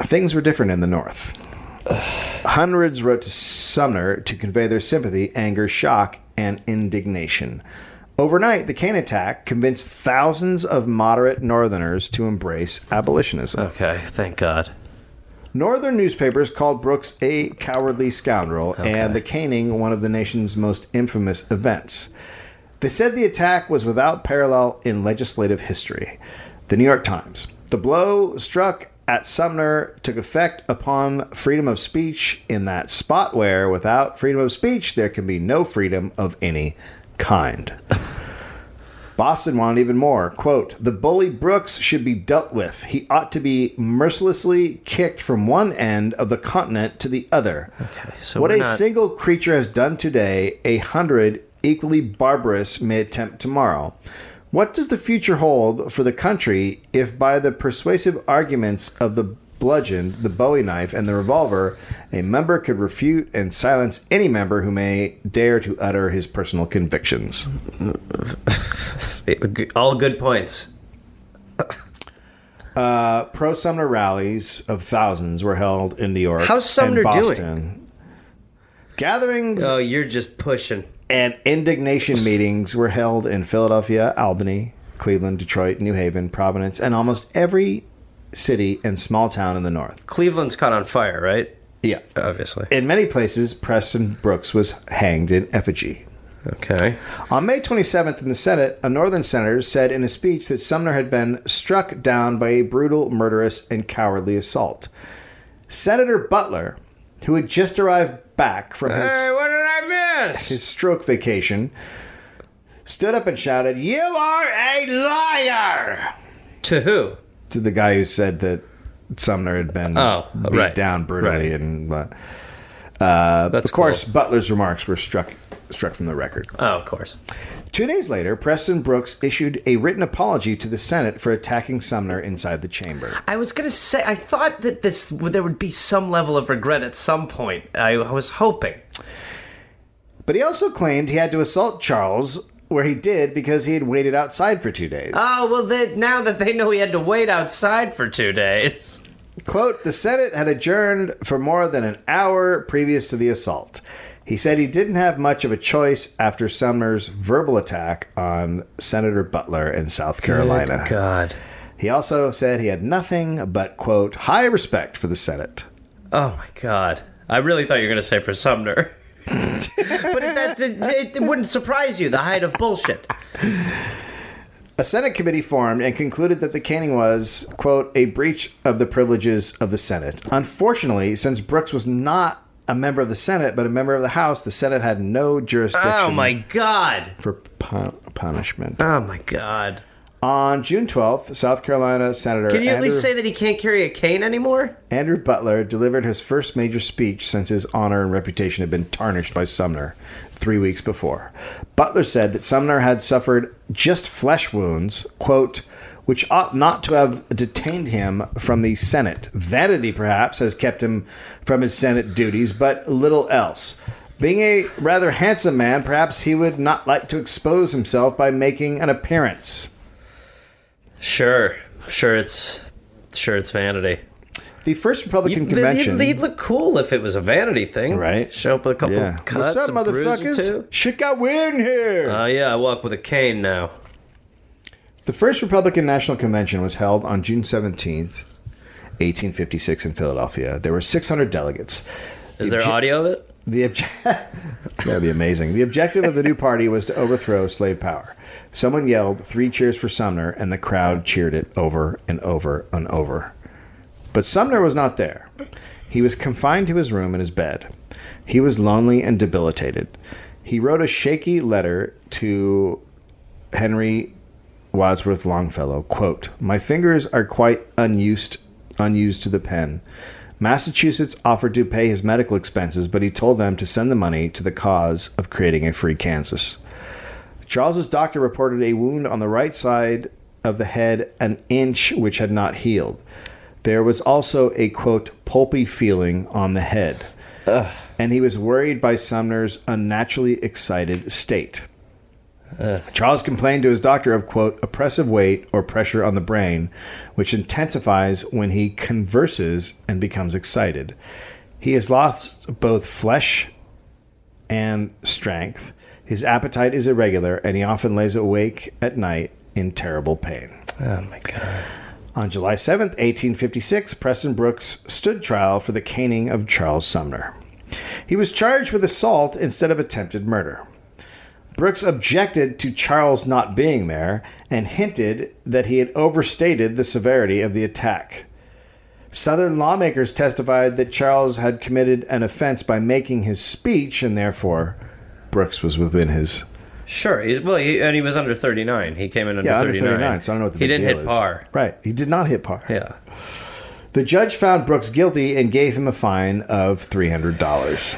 [SPEAKER 1] Things were different in the North. Hundreds wrote to Sumner to convey their sympathy, anger, shock, and indignation. Overnight, the Kane attack convinced thousands of moderate Northerners to embrace abolitionism.
[SPEAKER 2] Okay, thank God.
[SPEAKER 1] Northern newspapers called Brooks a cowardly scoundrel and the caning one of the nation's most infamous events. They said the attack was without parallel in legislative history. The New York Times. The blow struck at Sumner took effect upon freedom of speech in that spot where, without freedom of speech, there can be no freedom of any kind. Boston wanted even more. Quote, the bully Brooks should be dealt with. He ought to be mercilessly kicked from one end of the continent to the other.
[SPEAKER 2] Okay, so
[SPEAKER 1] what
[SPEAKER 2] we're
[SPEAKER 1] a
[SPEAKER 2] not-
[SPEAKER 1] single creature has done today, a hundred equally barbarous may attempt tomorrow. What does the future hold for the country if by the persuasive arguments of the bludgeon, the bowie knife, and the revolver, a member could refute and silence any member who may dare to utter his personal convictions?
[SPEAKER 2] All good points.
[SPEAKER 1] pro Sumner rallies of thousands were held in New York.
[SPEAKER 2] How's Sumner
[SPEAKER 1] and Boston. Gatherings
[SPEAKER 2] Oh, you're just pushing.
[SPEAKER 1] and indignation meetings were held in Philadelphia, Albany, Cleveland, Detroit, New Haven, Providence, and almost every city and small town in the North.
[SPEAKER 2] Cleveland's caught on fire, right?
[SPEAKER 1] Yeah.
[SPEAKER 2] Obviously.
[SPEAKER 1] In many places, Preston Brooks was hanged in effigy.
[SPEAKER 2] Okay.
[SPEAKER 1] On May 27th in the Senate, a Northern senator said in a speech that Sumner had been struck down by a brutal, murderous, and cowardly assault. Senator Butler, who had just arrived back from his,
[SPEAKER 2] Hey, what did I miss?
[SPEAKER 1] his stroke vacation, stood up and shouted, You are a liar!
[SPEAKER 2] To who?
[SPEAKER 1] To the guy who said that Sumner had been
[SPEAKER 2] Oh,
[SPEAKER 1] beat
[SPEAKER 2] right,
[SPEAKER 1] down brutally.
[SPEAKER 2] right.
[SPEAKER 1] and uh,
[SPEAKER 2] That's
[SPEAKER 1] Of course, Butler's remarks were struck, struck from the record.
[SPEAKER 2] Oh, of course.
[SPEAKER 1] Two days later, Preston Brooks issued a written apology to the Senate for attacking Sumner inside the chamber.
[SPEAKER 2] I was gonna say I thought that this there would be some level of regret at some point. I, I was hoping.
[SPEAKER 1] But he also claimed he had to assault Charles, where he did because he had waited outside for two days.
[SPEAKER 2] Oh well, they, now that they know he had to wait outside for two days.
[SPEAKER 1] Quote The Senate had adjourned for more than an hour previous to the assault. He said he didn't have much of a choice after Sumner's verbal attack on Senator Butler in South Carolina.
[SPEAKER 2] God.
[SPEAKER 1] He also said he had nothing but, quote, high respect for the Senate.
[SPEAKER 2] Oh my God. I really thought you were gonna say for Sumner. but it, that, it, it wouldn't surprise you the height of bullshit.
[SPEAKER 1] A Senate committee formed and concluded that the caning was, quote, a breach of the privileges of the Senate. Unfortunately, since Brooks was not a member of the Senate, but a member of the House, the Senate had no jurisdiction
[SPEAKER 2] Oh my God.
[SPEAKER 1] for pu- punishment.
[SPEAKER 2] Oh my God.
[SPEAKER 1] On June 12th, South Carolina Senator
[SPEAKER 2] Can you at
[SPEAKER 1] Andrew,
[SPEAKER 2] least say that he can't carry a cane anymore?
[SPEAKER 1] Andrew Butler delivered his first major speech since his honor and reputation had been tarnished by Sumner three weeks before. Butler said that Sumner had suffered just flesh wounds, quote, which ought not to have detained him from the Senate. Vanity, perhaps, has kept him from his Senate duties, but little else. Being a rather handsome man, perhaps he would not like to expose himself by making an appearance.
[SPEAKER 2] Sure, sure. It's sure it's vanity.
[SPEAKER 1] The first Republican
[SPEAKER 2] But
[SPEAKER 1] convention.
[SPEAKER 2] He'd, he'd look cool if it was a vanity thing,
[SPEAKER 1] Right.
[SPEAKER 2] Show up with a couple
[SPEAKER 1] yeah.
[SPEAKER 2] cuts,
[SPEAKER 1] What's up,
[SPEAKER 2] a bruise or
[SPEAKER 1] motherfuckers?
[SPEAKER 2] two.
[SPEAKER 1] Shit got weird in here.
[SPEAKER 2] Uh, yeah, I walk with a cane now.
[SPEAKER 1] The first Republican National Convention was held on June 17th, 1856, in Philadelphia. There were 600 delegates.
[SPEAKER 2] Is there audio of it?
[SPEAKER 1] The obje- That'd be amazing. The objective of the new party was to overthrow slave power. Someone yelled three cheers for Sumner, and the crowd cheered it over and over and over. But Sumner was not there. He was confined to his room and his bed. He was lonely and debilitated. He wrote a shaky letter to Henry Wadsworth Longfellow, quote, "My fingers are quite unused unused to the pen." Massachusetts offered to pay his medical expenses, but he told them to send the money to the cause of creating a free Kansas. Charles's doctor reported a wound on the right side of the head an inch which had not healed. There was also a quote pulpy feeling on the head. And he was worried by Sumner's unnaturally excited state. Charles complained to his doctor of quote oppressive weight or pressure on the brain, which intensifies when he converses and becomes excited. He has lost both flesh and strength. His appetite is irregular, and he often lays awake at night in terrible pain.
[SPEAKER 2] Oh my god!
[SPEAKER 1] On July 7th, 1856, Preston Brooks stood trial for the caning of Charles Sumner. He was charged with assault instead of attempted murder. Brooks objected to Charles not being there and hinted that he had overstated the severity of the attack. Southern lawmakers testified that Charles had committed an offense by making his speech, and therefore Brooks was within his
[SPEAKER 2] Sure. He's, well, he, and he was under thirty nine. He came in under,
[SPEAKER 1] yeah, under
[SPEAKER 2] 39.
[SPEAKER 1] 39. So I don't know what the big
[SPEAKER 2] he didn't
[SPEAKER 1] deal
[SPEAKER 2] hit
[SPEAKER 1] is.
[SPEAKER 2] par.
[SPEAKER 1] Right, he did not hit par.
[SPEAKER 2] Yeah.
[SPEAKER 1] The judge found Brooks guilty and gave him a fine of three hundred dollars.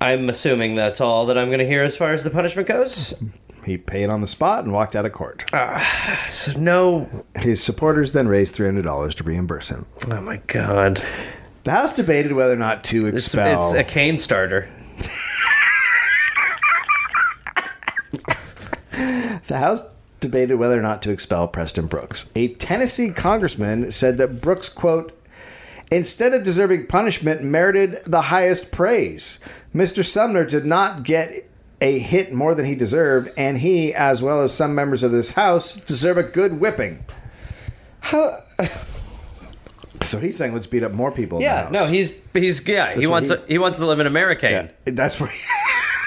[SPEAKER 2] I'm assuming that's all that I'm going to hear as far as the punishment goes.
[SPEAKER 1] He paid on the spot and walked out of court.
[SPEAKER 2] Ah. There's no.
[SPEAKER 1] His supporters then raised three hundred dollars to reimburse him.
[SPEAKER 2] Oh my god!
[SPEAKER 1] The House debated whether or not to
[SPEAKER 2] It's,
[SPEAKER 1] expel.
[SPEAKER 2] it's a cane starter.
[SPEAKER 1] The House debated whether or not to expel Preston Brooks. A Tennessee congressman said that Brooks, quote, instead of deserving punishment, merited the highest praise. Mr. Sumner did not get a hit more than he deserved, and he, as well as some members of this House, deserve a good whipping. so he's saying let's beat up more people. in the
[SPEAKER 2] Yeah.
[SPEAKER 1] House.
[SPEAKER 2] No, he's he's yeah. he
[SPEAKER 1] what
[SPEAKER 2] wants
[SPEAKER 1] he-
[SPEAKER 2] a, he wants to live in America.
[SPEAKER 1] That's where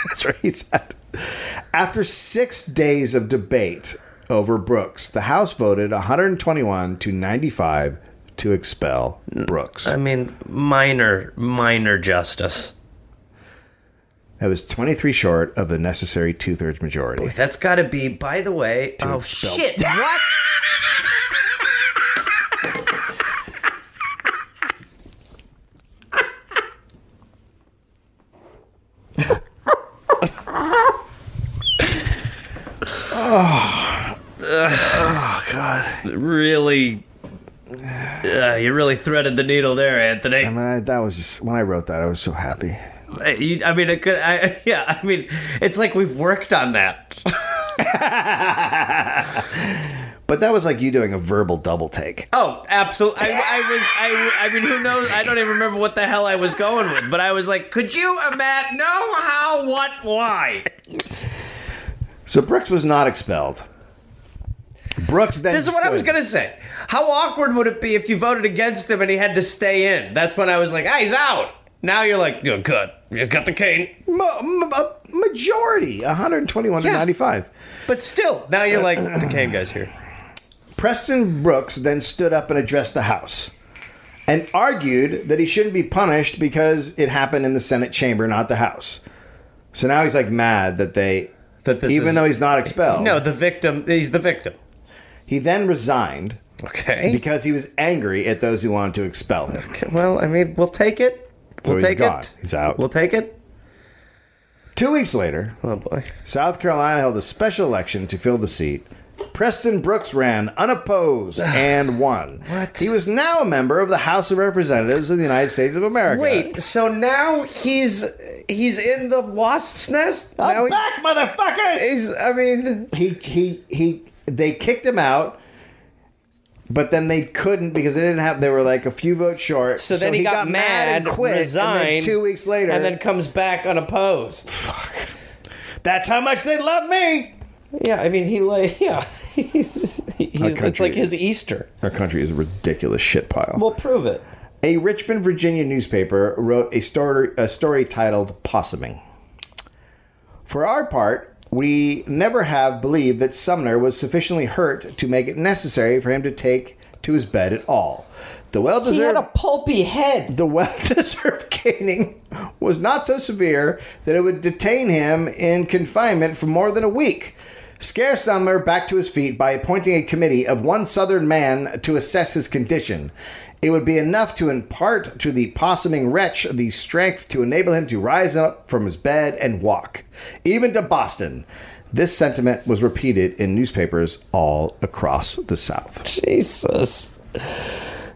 [SPEAKER 1] that's where he's at. After six days of debate over Brooks, the House voted 121 to 95 to expel Brooks.
[SPEAKER 2] I mean, minor minor justice.
[SPEAKER 1] That was 23 short of the necessary two-thirds majority.
[SPEAKER 2] That's got to be. By the way, oh
[SPEAKER 1] expel-
[SPEAKER 2] shit! What? oh. God! Really, uh, you really threaded the needle there, Anthony.
[SPEAKER 1] I mean, I- that was just when I wrote that, I was so happy.
[SPEAKER 2] Uh, you- I mean, it could. I, yeah, I mean, it's like we've worked on that.
[SPEAKER 1] But that was like you doing a verbal double take.
[SPEAKER 2] Oh, absolutely. I, I was. I, I mean, who knows? I don't even remember what the hell I was going with, but I was like, could you, uh, Matt? No, how, what, why?
[SPEAKER 1] So Brooks was not expelled. Brooks then
[SPEAKER 2] This is what I was
[SPEAKER 1] stood-
[SPEAKER 2] gonna say. How awkward would it be if you voted against him and he had to stay in? That's when I was like, ah, he's out. Now you're like, oh, good. He's got the cane.
[SPEAKER 1] Ma- ma- majority 121 to
[SPEAKER 2] Yeah.
[SPEAKER 1] 95.
[SPEAKER 2] But still, now you're like, the cane guy's here.
[SPEAKER 1] Preston Brooks then stood up and addressed the House and argued that he shouldn't be punished because it happened in the Senate chamber, not the House. So now he's like mad that they,
[SPEAKER 2] That this
[SPEAKER 1] even
[SPEAKER 2] is-
[SPEAKER 1] though he's not expelled,
[SPEAKER 2] no, the victim. He's the victim.
[SPEAKER 1] He then resigned
[SPEAKER 2] Okay.
[SPEAKER 1] because he was angry at those who wanted to expel him.
[SPEAKER 2] well, I mean, we'll take it.
[SPEAKER 1] So
[SPEAKER 2] we'll
[SPEAKER 1] he's
[SPEAKER 2] take
[SPEAKER 1] gone.
[SPEAKER 2] it.
[SPEAKER 1] He's out.
[SPEAKER 2] We'll take it.
[SPEAKER 1] Two weeks later,
[SPEAKER 2] Oh boy.
[SPEAKER 1] South Carolina held a special election to fill the seat. Preston Brooks ran unopposed and won.
[SPEAKER 2] What?
[SPEAKER 1] He was now a member of the House of Representatives of the United States of America.
[SPEAKER 2] Wait. So now he's he's in the wasp's nest. now
[SPEAKER 1] I'm
[SPEAKER 2] he-
[SPEAKER 1] back, motherfuckers!
[SPEAKER 2] he's. I mean,
[SPEAKER 1] He, he, he, they kicked him out, but then they couldn't because they didn't have, they were like a few votes short.
[SPEAKER 3] So then he, got, mad,
[SPEAKER 1] and quit.
[SPEAKER 3] resigned.
[SPEAKER 1] And then two weeks later,
[SPEAKER 3] and then comes back unopposed.
[SPEAKER 1] that's how much they love me!
[SPEAKER 3] yeah, I mean, he like yeah, he's, he's it's
[SPEAKER 1] country.
[SPEAKER 3] like his Easter.
[SPEAKER 1] Our country is a ridiculous shit pile.
[SPEAKER 3] We'll prove it.
[SPEAKER 1] A Richmond, Virginia newspaper wrote a story, a story titled Possuming. For our part, we never have believed that Sumner was sufficiently hurt to make it necessary for him to take to his bed at all. The well
[SPEAKER 3] He had a
[SPEAKER 1] deserved
[SPEAKER 3] pulpy head.
[SPEAKER 1] the well deserved caning was not so severe that it would detain him in confinement for more than a week. Scare Sumner back to his feet by appointing a committee of one Southern man to assess his condition. It would be enough to impart to the possuming wretch the strength to enable him to rise up from his bed and walk, even to Boston. This sentiment was repeated in newspapers all across the South.
[SPEAKER 3] Jesus.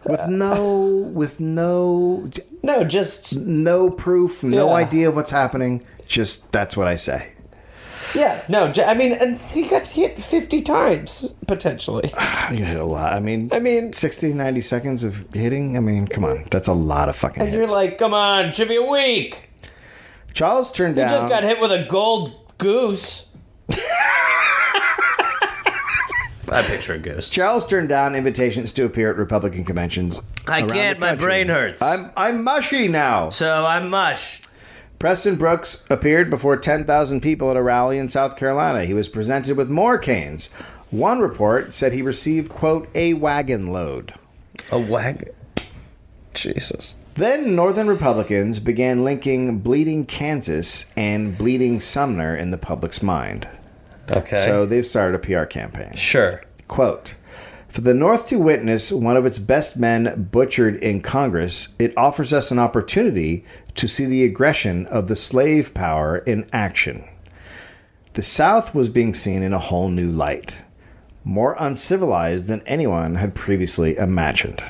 [SPEAKER 1] With no, with no,
[SPEAKER 3] No, just
[SPEAKER 1] no proof, no
[SPEAKER 3] Yeah.
[SPEAKER 1] idea of what's happening. Just that's what I say.
[SPEAKER 3] yeah. No, j- I mean, and he got hit fifty times potentially.
[SPEAKER 1] You hit a lot. I mean,
[SPEAKER 3] I mean-
[SPEAKER 1] 60, 90 seconds of hitting. I mean, come on, that's a lot of fucking
[SPEAKER 3] And
[SPEAKER 1] hits.
[SPEAKER 3] you're like, come on, should be a week.
[SPEAKER 1] Charles turned
[SPEAKER 3] He
[SPEAKER 1] down.
[SPEAKER 3] just got hit with a gold goose.
[SPEAKER 2] I picture a ghost.
[SPEAKER 1] Charles turned down invitations to appear at Republican conventions.
[SPEAKER 2] I
[SPEAKER 1] around
[SPEAKER 2] can't.
[SPEAKER 1] the
[SPEAKER 2] My
[SPEAKER 1] country.
[SPEAKER 2] brain hurts.
[SPEAKER 1] I'm I'm mushy now.
[SPEAKER 2] so I'm mush.
[SPEAKER 1] Preston Brooks appeared before 10,000 people at a rally in South Carolina. He was presented with more canes. One report said he received quote a wagon load.
[SPEAKER 2] A wag. Jesus.
[SPEAKER 1] Then Northern Republicans began linking Bleeding Kansas and Bleeding Sumner in the public's mind.
[SPEAKER 2] Okay.
[SPEAKER 1] So they've started a PR campaign.
[SPEAKER 2] sure.
[SPEAKER 1] Quote For the North to witness one of its best men butchered in Congress, it offers us an opportunity to see the aggression of the slave power in action. The South was being seen in a whole new light, more uncivilized than anyone had previously imagined.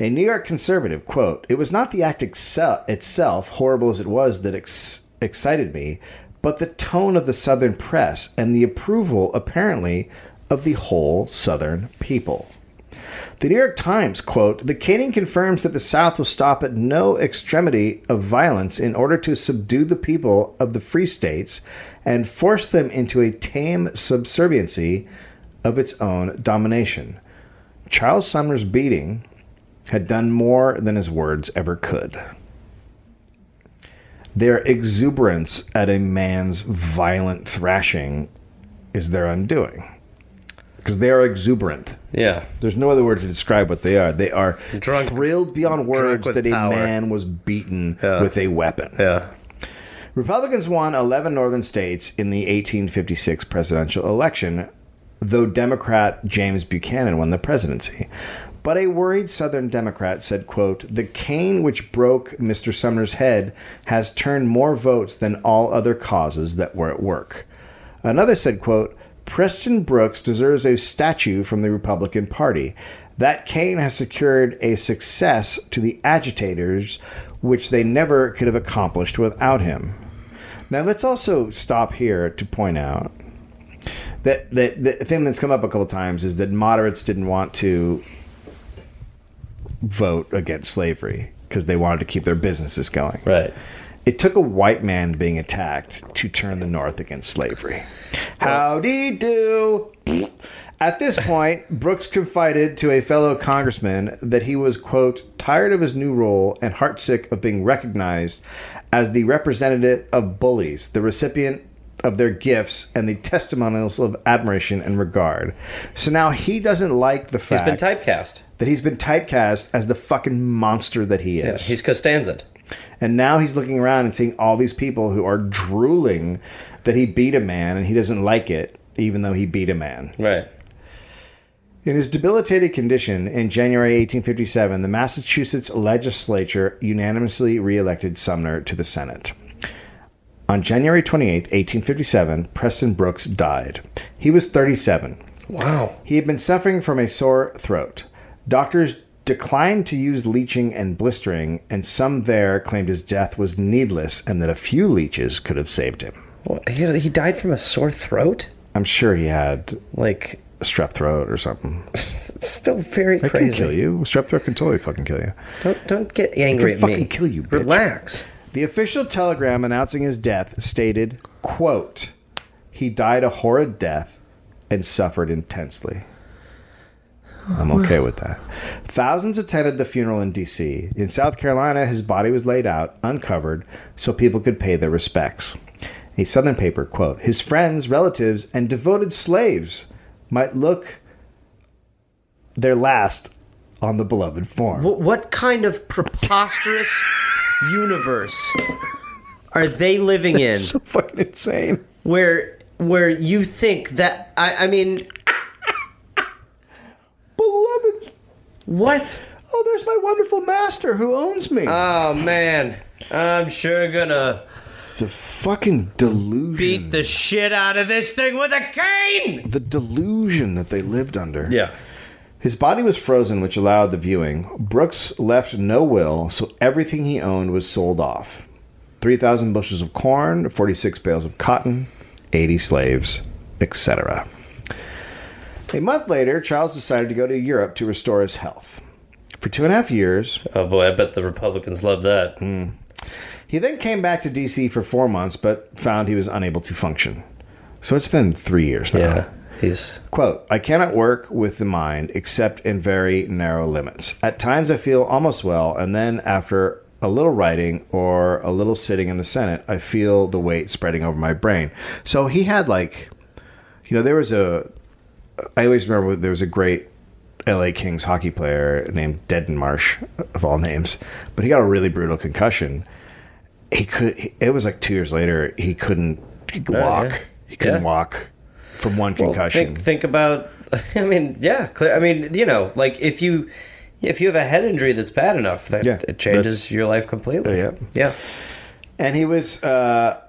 [SPEAKER 1] A New York conservative, quote, it was not the act exce- itself, horrible as it was, that ex- excited me, but the tone of the Southern press and the approval, apparently, of the whole Southern people. The New York Times, quote, the caning confirms that the South will stop at no extremity of violence in order to subdue the people of the free states and force them into a tame subserviency of its own domination. Charles Sumner's beating had done more than his words ever could. Their exuberance at a man's violent thrashing is their undoing. Because they are exuberant.
[SPEAKER 2] Yeah.
[SPEAKER 1] There's no other word to describe what they are. They are
[SPEAKER 2] Drunk-
[SPEAKER 1] thrilled beyond words
[SPEAKER 2] with
[SPEAKER 1] that a
[SPEAKER 2] power.
[SPEAKER 1] man was beaten
[SPEAKER 2] Yeah.
[SPEAKER 1] with a weapon.
[SPEAKER 2] Yeah.
[SPEAKER 1] Republicans won 11 northern states in the 1856 presidential election, though Democrat James Buchanan won the presidency. But a worried Southern Democrat said, quote, The cane which broke Mr. Sumner's head has turned more votes than all other causes that were at work. Another said, quote, Preston Brooks deserves a statue from the Republican Party. That cane has secured a success to the agitators which they never could have accomplished without him. Now let's also stop here to point out that that the thing that's come up a couple times is that moderates didn't want to vote against slavery because they wanted to keep their businesses going.
[SPEAKER 2] Right.
[SPEAKER 1] It took a white man being attacked to turn the North against slavery. Howdy do. At this point, Brooks confided to a fellow congressman that he was, quote, tired of his new role and heartsick of being recognized as the representative of bullies, the recipient of their gifts, and the testimonials of admiration and regard. So now he doesn't like the
[SPEAKER 2] He's
[SPEAKER 1] fact
[SPEAKER 2] been typecast.
[SPEAKER 1] that he's been typecast as the fucking monster that he is.
[SPEAKER 2] He's Costanza.
[SPEAKER 1] And now he's looking around and seeing all these people who are drooling that he beat a man and he doesn't like it, even though he beat a man.
[SPEAKER 2] Right.
[SPEAKER 1] In his debilitated condition, in January 1857, the Massachusetts legislature unanimously reelected Sumner to the Senate. On January 28, 1857, Preston Brooks died. He was 37.
[SPEAKER 6] Wow.
[SPEAKER 1] He had been suffering from a sore throat. Doctors declined to use leeching and blistering, and some there claimed his death was needless and that a few leeches could have saved him.
[SPEAKER 6] Well, he, he died from a sore throat?
[SPEAKER 1] I'm sure he had
[SPEAKER 6] Like,
[SPEAKER 1] strep throat or something.
[SPEAKER 6] it's still very
[SPEAKER 1] It can
[SPEAKER 6] crazy.
[SPEAKER 1] kill you. Strep throat can totally fucking kill you.
[SPEAKER 6] Don't, don't get angry
[SPEAKER 1] It
[SPEAKER 6] at
[SPEAKER 1] can
[SPEAKER 6] me.
[SPEAKER 1] fucking kill you, bitch.
[SPEAKER 6] Relax.
[SPEAKER 1] The official telegram announcing his death stated, quote, he died a horrid death and suffered intensely. I'm okay with that. Thousands attended the funeral in D.C. In South Carolina, his body was laid out, uncovered, so people could pay their respects. A Southern paper, quote, his friends, relatives, and devoted slaves might look their last on the beloved form.
[SPEAKER 2] Wh- What kind of preposterous universe are they living in
[SPEAKER 1] so fucking insane.
[SPEAKER 2] where where you think that I, I mean
[SPEAKER 1] Beloveds
[SPEAKER 2] what?
[SPEAKER 1] Oh, there's my wonderful master who owns me.
[SPEAKER 2] Oh man, I'm sure gonna
[SPEAKER 1] the fucking delusion.
[SPEAKER 2] beat the shit out of this thing with a cane.
[SPEAKER 1] the delusion that they lived under.
[SPEAKER 2] Yeah.
[SPEAKER 1] His body was frozen, which allowed the viewing. Brooks left no will, so everything he owned was sold off 3,000 bushels of corn, 46 bales of cotton, 80 slaves, etc. A month later, Charles decided to go to Europe to restore his health. For two and a half years,
[SPEAKER 2] Oh boy, I bet the Republicans love that. Mm.
[SPEAKER 1] He then came back to DC for four months, but found he was unable to function. So it's been three years now.
[SPEAKER 2] Yeah, he's
[SPEAKER 1] Quote, I cannot work with the mind except in very narrow limits. At times I feel almost well, and then after a little writing or a little sitting in the Senate, I feel the weight spreading over my brain. So he had like, you know, there was a, I always remember there was a great LA Kings hockey player named Deadon Marsh, of all names, but he got a really brutal concussion. He could, it was like two years later, he couldn't walk. He couldn't
[SPEAKER 2] Oh, Yeah.
[SPEAKER 1] walk from one
[SPEAKER 2] Well,
[SPEAKER 1] concussion.
[SPEAKER 2] Think, think about. I mean, yeah. Clear, I mean, you know, like if you if you have a head injury that's bad enough, that
[SPEAKER 1] Yeah,
[SPEAKER 2] it changes
[SPEAKER 1] that's-
[SPEAKER 2] your life completely.
[SPEAKER 1] Yeah.
[SPEAKER 2] Yeah.
[SPEAKER 1] And he was uh,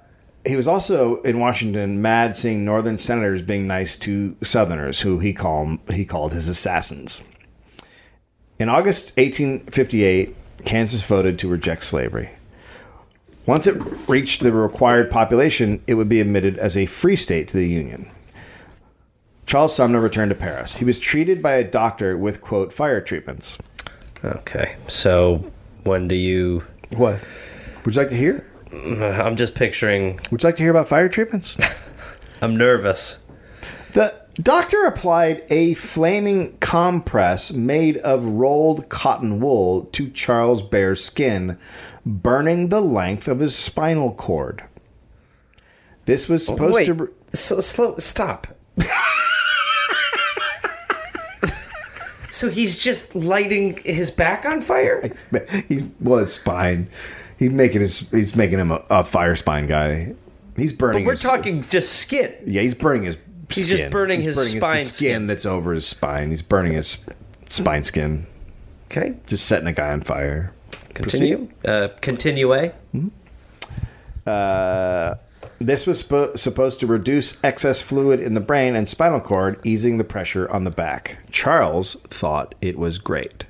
[SPEAKER 1] he was also in Washington mad seeing Northern senators being nice to Southerners, who he called he called his assassins. In August 1858, Kansas voted to reject slavery. Once it reached the required population, it would be admitted as a free state to the Union. Charles Sumner returned to Paris. He was treated by a doctor with quote fire treatments.
[SPEAKER 2] Okay. So when do you?
[SPEAKER 1] What? Would you like to hear?
[SPEAKER 2] I'm just picturing.
[SPEAKER 1] Would you like to hear about fire treatments?
[SPEAKER 2] I'm nervous.
[SPEAKER 1] The doctor applied a flaming compress made of rolled cotton wool to Charles Bear's skin, burning the length of his spinal cord. This was supposed
[SPEAKER 2] Oh, Wait.
[SPEAKER 1] to.
[SPEAKER 2] So, slow. Stop. so he's just lighting his back on fire.
[SPEAKER 1] He's well, his spine. He's making his. He's making him a, a fire spine guy. He's burning.
[SPEAKER 2] We're
[SPEAKER 1] his,
[SPEAKER 2] talking just skin.
[SPEAKER 1] Yeah, he's burning his.
[SPEAKER 2] He's just
[SPEAKER 1] skin.
[SPEAKER 2] burning his
[SPEAKER 1] the
[SPEAKER 2] spine
[SPEAKER 1] skin,
[SPEAKER 2] skin.
[SPEAKER 1] that's over his spine. He's burning his sp- spine skin.
[SPEAKER 2] Okay.
[SPEAKER 1] Just setting a guy on fire.
[SPEAKER 2] Continue. Uh, continue. A.
[SPEAKER 1] This was spo- supposed to reduce excess fluid in the brain and spinal cord, easing the pressure on the back. Charles thought it was great.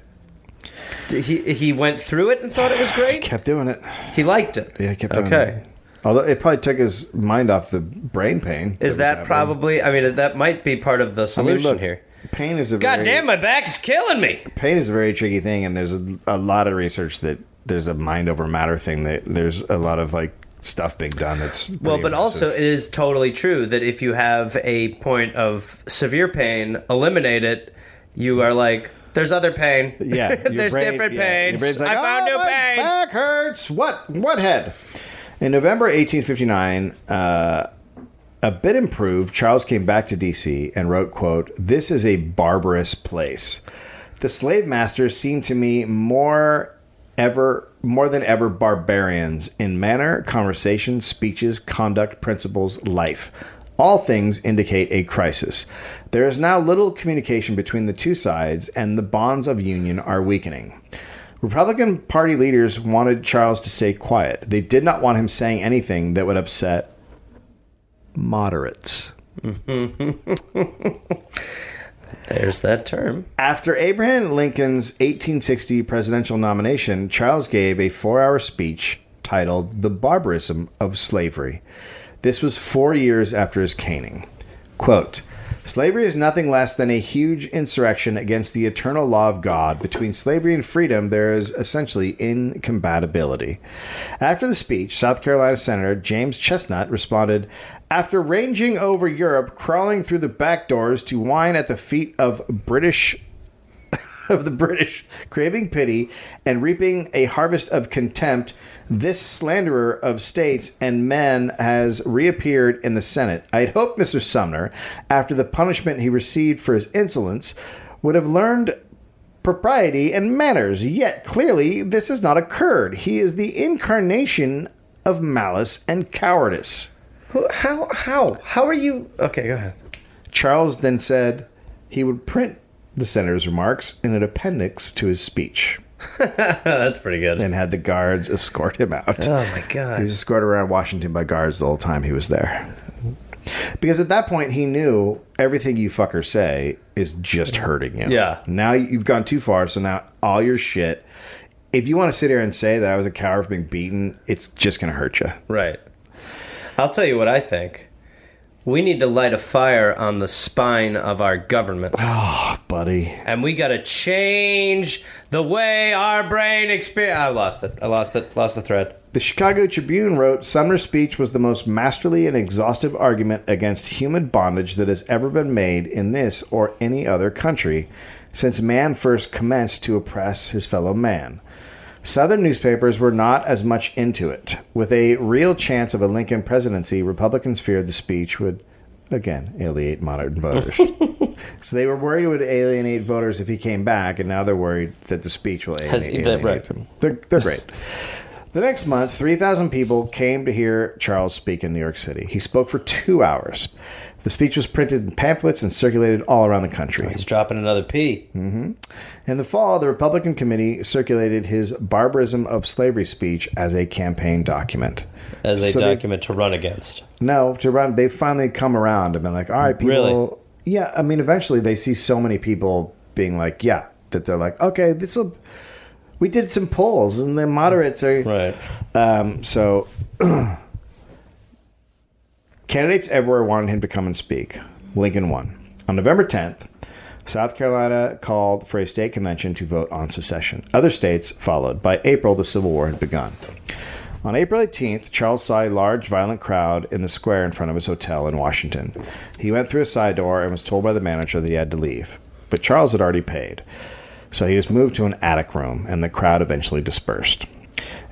[SPEAKER 2] He he went through it and thought it was great.
[SPEAKER 1] Kept doing it.
[SPEAKER 2] He liked it.
[SPEAKER 1] Yeah, kept doing
[SPEAKER 2] okay.
[SPEAKER 1] it. Although it probably took his mind off the brain pain.
[SPEAKER 2] Is
[SPEAKER 1] was
[SPEAKER 2] that
[SPEAKER 1] happening.
[SPEAKER 2] probably? I mean, that might be part of the
[SPEAKER 1] I mean,
[SPEAKER 2] solution
[SPEAKER 1] look,
[SPEAKER 2] here.
[SPEAKER 1] Pain is a
[SPEAKER 2] God
[SPEAKER 1] very,
[SPEAKER 2] damn, my back is killing me.
[SPEAKER 1] pain is a very tricky thing, and there's a, a lot of research that there's a mind over matter thing. That there's a lot of like stuff being done that's
[SPEAKER 2] Well,
[SPEAKER 1] pretty
[SPEAKER 2] but also
[SPEAKER 1] impressive.
[SPEAKER 2] it is totally true that if you have a point of severe pain, eliminate it. You are like, there's other pain.
[SPEAKER 1] Yeah, your
[SPEAKER 2] there's
[SPEAKER 1] brain-
[SPEAKER 2] different
[SPEAKER 1] yeah, your
[SPEAKER 2] pains.
[SPEAKER 1] brain's
[SPEAKER 2] I
[SPEAKER 1] like,
[SPEAKER 2] found
[SPEAKER 1] "Oh,
[SPEAKER 2] new
[SPEAKER 1] my
[SPEAKER 2] pain.
[SPEAKER 1] Back hurts. What? What head? In November 1859, uh, a bit improved, Charles came back to D.C. and wrote, "quote This is a barbarous place. The slave masters seem to me more ever more than ever barbarians in manner, conversation, speeches, conduct, principles, life." All things indicate a crisis. There is now little communication between the two sides, and the bonds of union are weakening. Republican Party leaders wanted Charles to stay quiet. They did not want him saying anything that would upset moderates.
[SPEAKER 7] There's that term.
[SPEAKER 1] After Abraham Lincoln's 1860 presidential nomination, Charles gave a four hour speech titled The Barbarism of Slavery. This was four years after his caning. Quote Slavery is nothing less than a huge insurrection against the eternal law of God. Between slavery and freedom, there is essentially incompatibility. After the speech, South Carolina Senator James Chestnut responded After ranging over Europe, crawling through the back doors to whine at the feet of British of the British, craving pity and reaping a harvest of contempt, this slanderer of states and men has reappeared in the Senate. I'd hoped Mr. Sumner, after the punishment he received for his insolence, would have learned propriety and manners, yet clearly this has not occurred. He is the incarnation of malice and cowardice.
[SPEAKER 5] Who, how? How? How are you? Okay, go ahead.
[SPEAKER 1] Charles then said he would print the senator's remarks in an appendix to his speech.
[SPEAKER 7] That's pretty good.
[SPEAKER 1] and had the guards escort him out.
[SPEAKER 5] Oh my
[SPEAKER 1] He
[SPEAKER 5] god.
[SPEAKER 1] was escorted around Washington by guards the whole time he was there. Because at that point, he knew everything you fuckers say is just hurting you.
[SPEAKER 7] Yeah.
[SPEAKER 1] Now you've gone too far, so now all your shit. If you want to sit here and say that I was a coward for being beaten, it's just going to hurt you.
[SPEAKER 7] Right. I'll tell you what I think. We need to light a fire on the spine of our government.
[SPEAKER 1] Buddy.
[SPEAKER 7] and we got to change the way our brain experience. I lost it. I lost it. Lost the thread.
[SPEAKER 1] The Chicago Tribune wrote Sumner's speech was the most masterly and exhaustive argument against human bondage that has ever been made in this or any other country since man first commenced to oppress his fellow man. Southern newspapers were not as much into it. With a real chance of a Lincoln presidency, Republicans feared the speech would again alienate modern voters. so they were worried it would alienate voters if he came back, and now they're worried that the speech will alienate, alienate
[SPEAKER 2] right.
[SPEAKER 1] them. They're, they're great. The next month, 3,000 people came to hear Charles speak in New York City. He spoke for two hours. The speech was printed in pamphlets and circulated all around the country.
[SPEAKER 7] He's dropping another P.
[SPEAKER 1] In the fall, the Republican committee circulated his barbarism of slavery speech as a campaign document.
[SPEAKER 7] as a
[SPEAKER 1] So they-
[SPEAKER 7] document to run against.
[SPEAKER 1] No, to run, they finally come around and been like, all right, people.
[SPEAKER 7] Really?
[SPEAKER 1] Yeah, I mean, eventually they see so many people being like, yeah, that they're like, okay, this will. We did some polls, and the moderates are
[SPEAKER 7] Right.
[SPEAKER 1] Um, so, candidates everywhere wanted him to come and speak. Lincoln won. On November 10th, South Carolina called for a state convention to vote on secession. Other states followed. By April, the Civil War had begun. On April 18th, Charles saw a large, violent crowd in the square in front of his hotel in Washington. He went through a side door and was told by the manager that he had to leave. But Charles had already paid. So he was moved to an attic room, and the crowd eventually dispersed.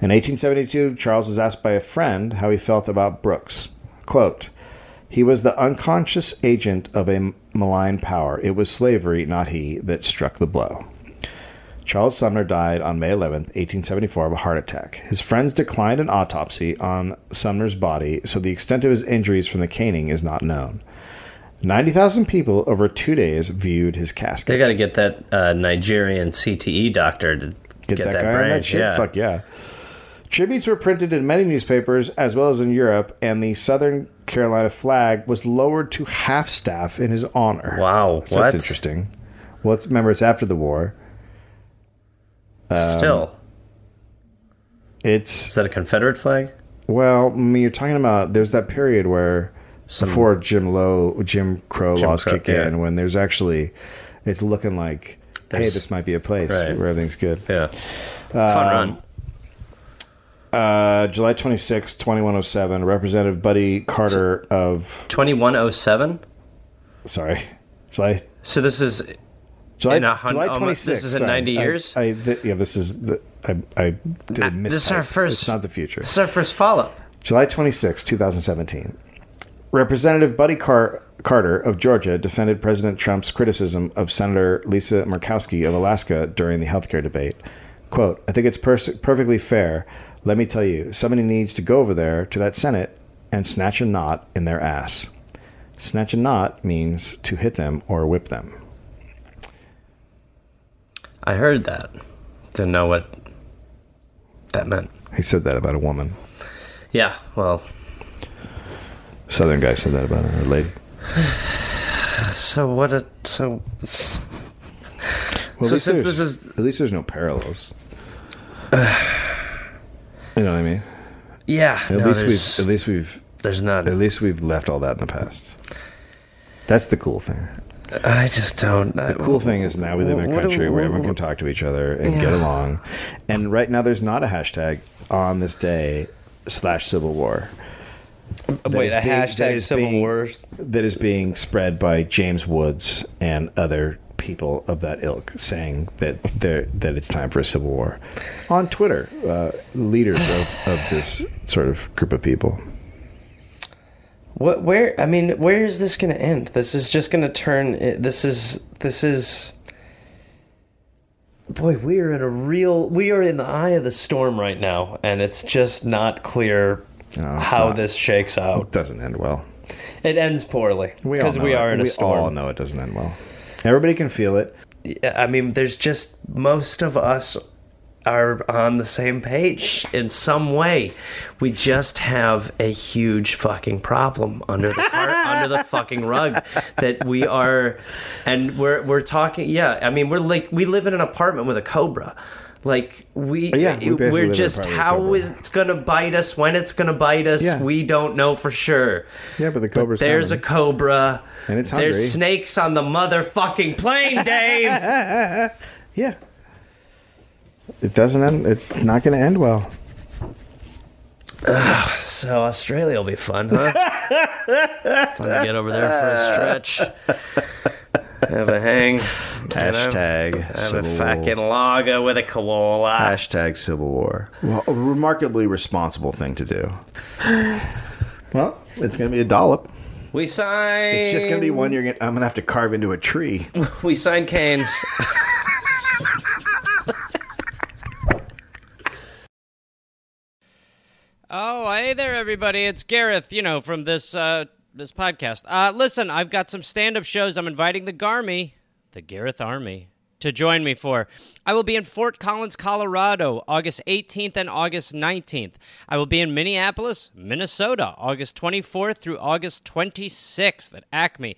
[SPEAKER 1] In 1872, Charles was asked by a friend how he felt about Brooks. Quote, he was the unconscious agent of a malign power. It was slavery, not he, that struck the blow. Charles Sumner died on May 11, 1874, of a heart attack. His friends declined an autopsy on Sumner's body, so the extent of his injuries from the caning is not known. 90,000 people over two days viewed his casket.
[SPEAKER 7] They got to get that uh, Nigerian CTE doctor to get, that, branch. yeah.
[SPEAKER 1] Fuck yeah. Tributes were printed in many newspapers as well as in Europe, and the Southern Carolina flag was lowered to half staff in his honor.
[SPEAKER 7] Wow.
[SPEAKER 1] So
[SPEAKER 7] what?
[SPEAKER 1] that's interesting. Well, it's, remember, it's after the war. Um,
[SPEAKER 7] Still,
[SPEAKER 1] It's
[SPEAKER 7] is that a Confederate flag?
[SPEAKER 1] well, I mean, you're talking about there's that period where before Jim Low Jim Crow laws
[SPEAKER 7] Crow,
[SPEAKER 1] kick
[SPEAKER 7] yeah.
[SPEAKER 1] in, when there's actually it's looking like hey,
[SPEAKER 7] There's-
[SPEAKER 1] this might be a place
[SPEAKER 7] Right.
[SPEAKER 1] where everything's good.
[SPEAKER 7] Yeah. Fun
[SPEAKER 1] Um,
[SPEAKER 7] run.
[SPEAKER 1] Uh, July 26, 2107, Representative Buddy Carter of
[SPEAKER 7] Twenty one oh seven.
[SPEAKER 1] sorry. July
[SPEAKER 7] So this is
[SPEAKER 1] July,
[SPEAKER 7] In a hun-
[SPEAKER 1] July
[SPEAKER 7] almost-
[SPEAKER 1] 26th.
[SPEAKER 7] this is in
[SPEAKER 1] sorry.
[SPEAKER 7] 90
[SPEAKER 1] I-
[SPEAKER 7] years? Uh,
[SPEAKER 1] I, th- yeah, this is the I I did a
[SPEAKER 7] this is our
[SPEAKER 1] mistype.
[SPEAKER 7] first-
[SPEAKER 1] It's not the future.
[SPEAKER 7] this is our first follow up.
[SPEAKER 1] July 26, 2017. Representative Buddy Car- Carter of Georgia defended President Trump's criticism of Senator Lisa Murkowski of Alaska during the healthcare debate. Quote, I think it's pers- perfectly fair. Let me tell you, somebody needs to go over there to that Senate and snatch a knot in their ass. Snatch a knot means to hit them or whip them.
[SPEAKER 2] I heard that. Didn't know what that meant.
[SPEAKER 1] He said that about a woman.
[SPEAKER 2] Yeah, well,
[SPEAKER 1] Southern guy said that about a lady.
[SPEAKER 2] so what a so
[SPEAKER 1] Well,
[SPEAKER 2] So
[SPEAKER 1] at, least
[SPEAKER 2] since
[SPEAKER 1] there's-
[SPEAKER 2] this is-
[SPEAKER 1] at least there's no parallels. you know what I mean?
[SPEAKER 2] yeah.
[SPEAKER 1] At
[SPEAKER 2] no,
[SPEAKER 1] least
[SPEAKER 2] there's,
[SPEAKER 1] we've at least we've
[SPEAKER 2] there's not.
[SPEAKER 1] at least we've left all that in the past. That's the cool thing.
[SPEAKER 2] I just don't. I,
[SPEAKER 1] The cool thing is now we live in a
[SPEAKER 2] What do-
[SPEAKER 1] country where everyone can talk to each other and get
[SPEAKER 2] Yeah.
[SPEAKER 1] along. And right now, there's not a hashtag on this day slash civil war
[SPEAKER 7] uh,
[SPEAKER 1] that
[SPEAKER 2] wait,
[SPEAKER 1] is
[SPEAKER 2] a
[SPEAKER 1] being- that
[SPEAKER 2] hashtag
[SPEAKER 1] is
[SPEAKER 2] civil
[SPEAKER 1] being-
[SPEAKER 2] war.
[SPEAKER 1] that is being spread by James Woods and other people of that ilk saying that there that it's time for a civil war on Twitter. Uh, leaders of, of this sort of group of people.
[SPEAKER 2] What? Where? I mean, where is this going to end? This is just going to turn. it- This is. This is. Boy, we are in a real. We are in the eye of the storm right now, and it's just not clear
[SPEAKER 1] No, it's
[SPEAKER 2] how
[SPEAKER 1] not.
[SPEAKER 2] this shakes out.
[SPEAKER 1] Doesn't end well.
[SPEAKER 2] It ends poorly
[SPEAKER 1] We all
[SPEAKER 2] because
[SPEAKER 1] know
[SPEAKER 2] we
[SPEAKER 1] it.
[SPEAKER 2] are in a
[SPEAKER 1] we all
[SPEAKER 2] storm.
[SPEAKER 1] know it doesn't end well. Everybody can feel it.
[SPEAKER 2] I mean, there's just most of us are on the same page in some way. We just have a huge fucking problem under the car, under the fucking rug that we are, and we're we're talking. Yeah, I mean, we're like we live in an apartment with a cobra. Like we,
[SPEAKER 1] Yeah, we basically live in
[SPEAKER 2] we
[SPEAKER 1] an
[SPEAKER 2] are just
[SPEAKER 1] apartment with a
[SPEAKER 2] how
[SPEAKER 1] cobra.
[SPEAKER 2] is it's gonna bite us? When it's gonna bite us?
[SPEAKER 1] Yeah.
[SPEAKER 2] We don't know for sure.
[SPEAKER 1] Yeah, but the cobra's
[SPEAKER 2] There's
[SPEAKER 1] coming.
[SPEAKER 2] a cobra.
[SPEAKER 1] And it's hungry.
[SPEAKER 2] There's snakes on the motherfucking plane, Dave.
[SPEAKER 1] Yeah. It doesn't end. It's not going to end well.
[SPEAKER 2] So Australia will be fun, huh? fun to get over there for a stretch, have a hang,
[SPEAKER 1] Hashtag
[SPEAKER 2] have a
[SPEAKER 1] Civil
[SPEAKER 2] fucking lager with a koala.
[SPEAKER 1] Hashtag Civil War. Well, a remarkably responsible thing to do. Well, it's going to be a dollop.
[SPEAKER 2] We sign.
[SPEAKER 1] It's just going to be one you're going to, I'm going to have to carve into a tree.
[SPEAKER 2] We sign canes.
[SPEAKER 3] Oh, hey there, everybody. It's Gareth, you know, from this uh, this podcast. Uh, listen, I've got some stand up shows I'm inviting the Garmy, the Gareth Army, to join me for. I will be in Fort Collins, Colorado, August 18th and August 19th. I will be in Minneapolis, Minnesota, August 24th through August 26th at Acme.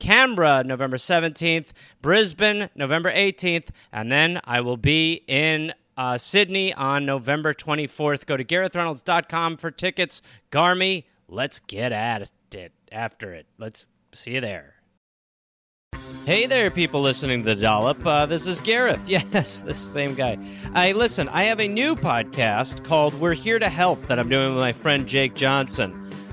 [SPEAKER 3] Canberra November 17th, Brisbane November 18th, and then I will be in uh, Sydney on November 24th. Go to GarethReynolds.com for tickets. Garmy, let's get at it after it. Let's see you there. Hey there, people listening to The Dollop. Uh, this is Gareth. Yes, this same guy. I listen, I have a new podcast called We're Here to Help that I'm doing with my friend Jake Johnson.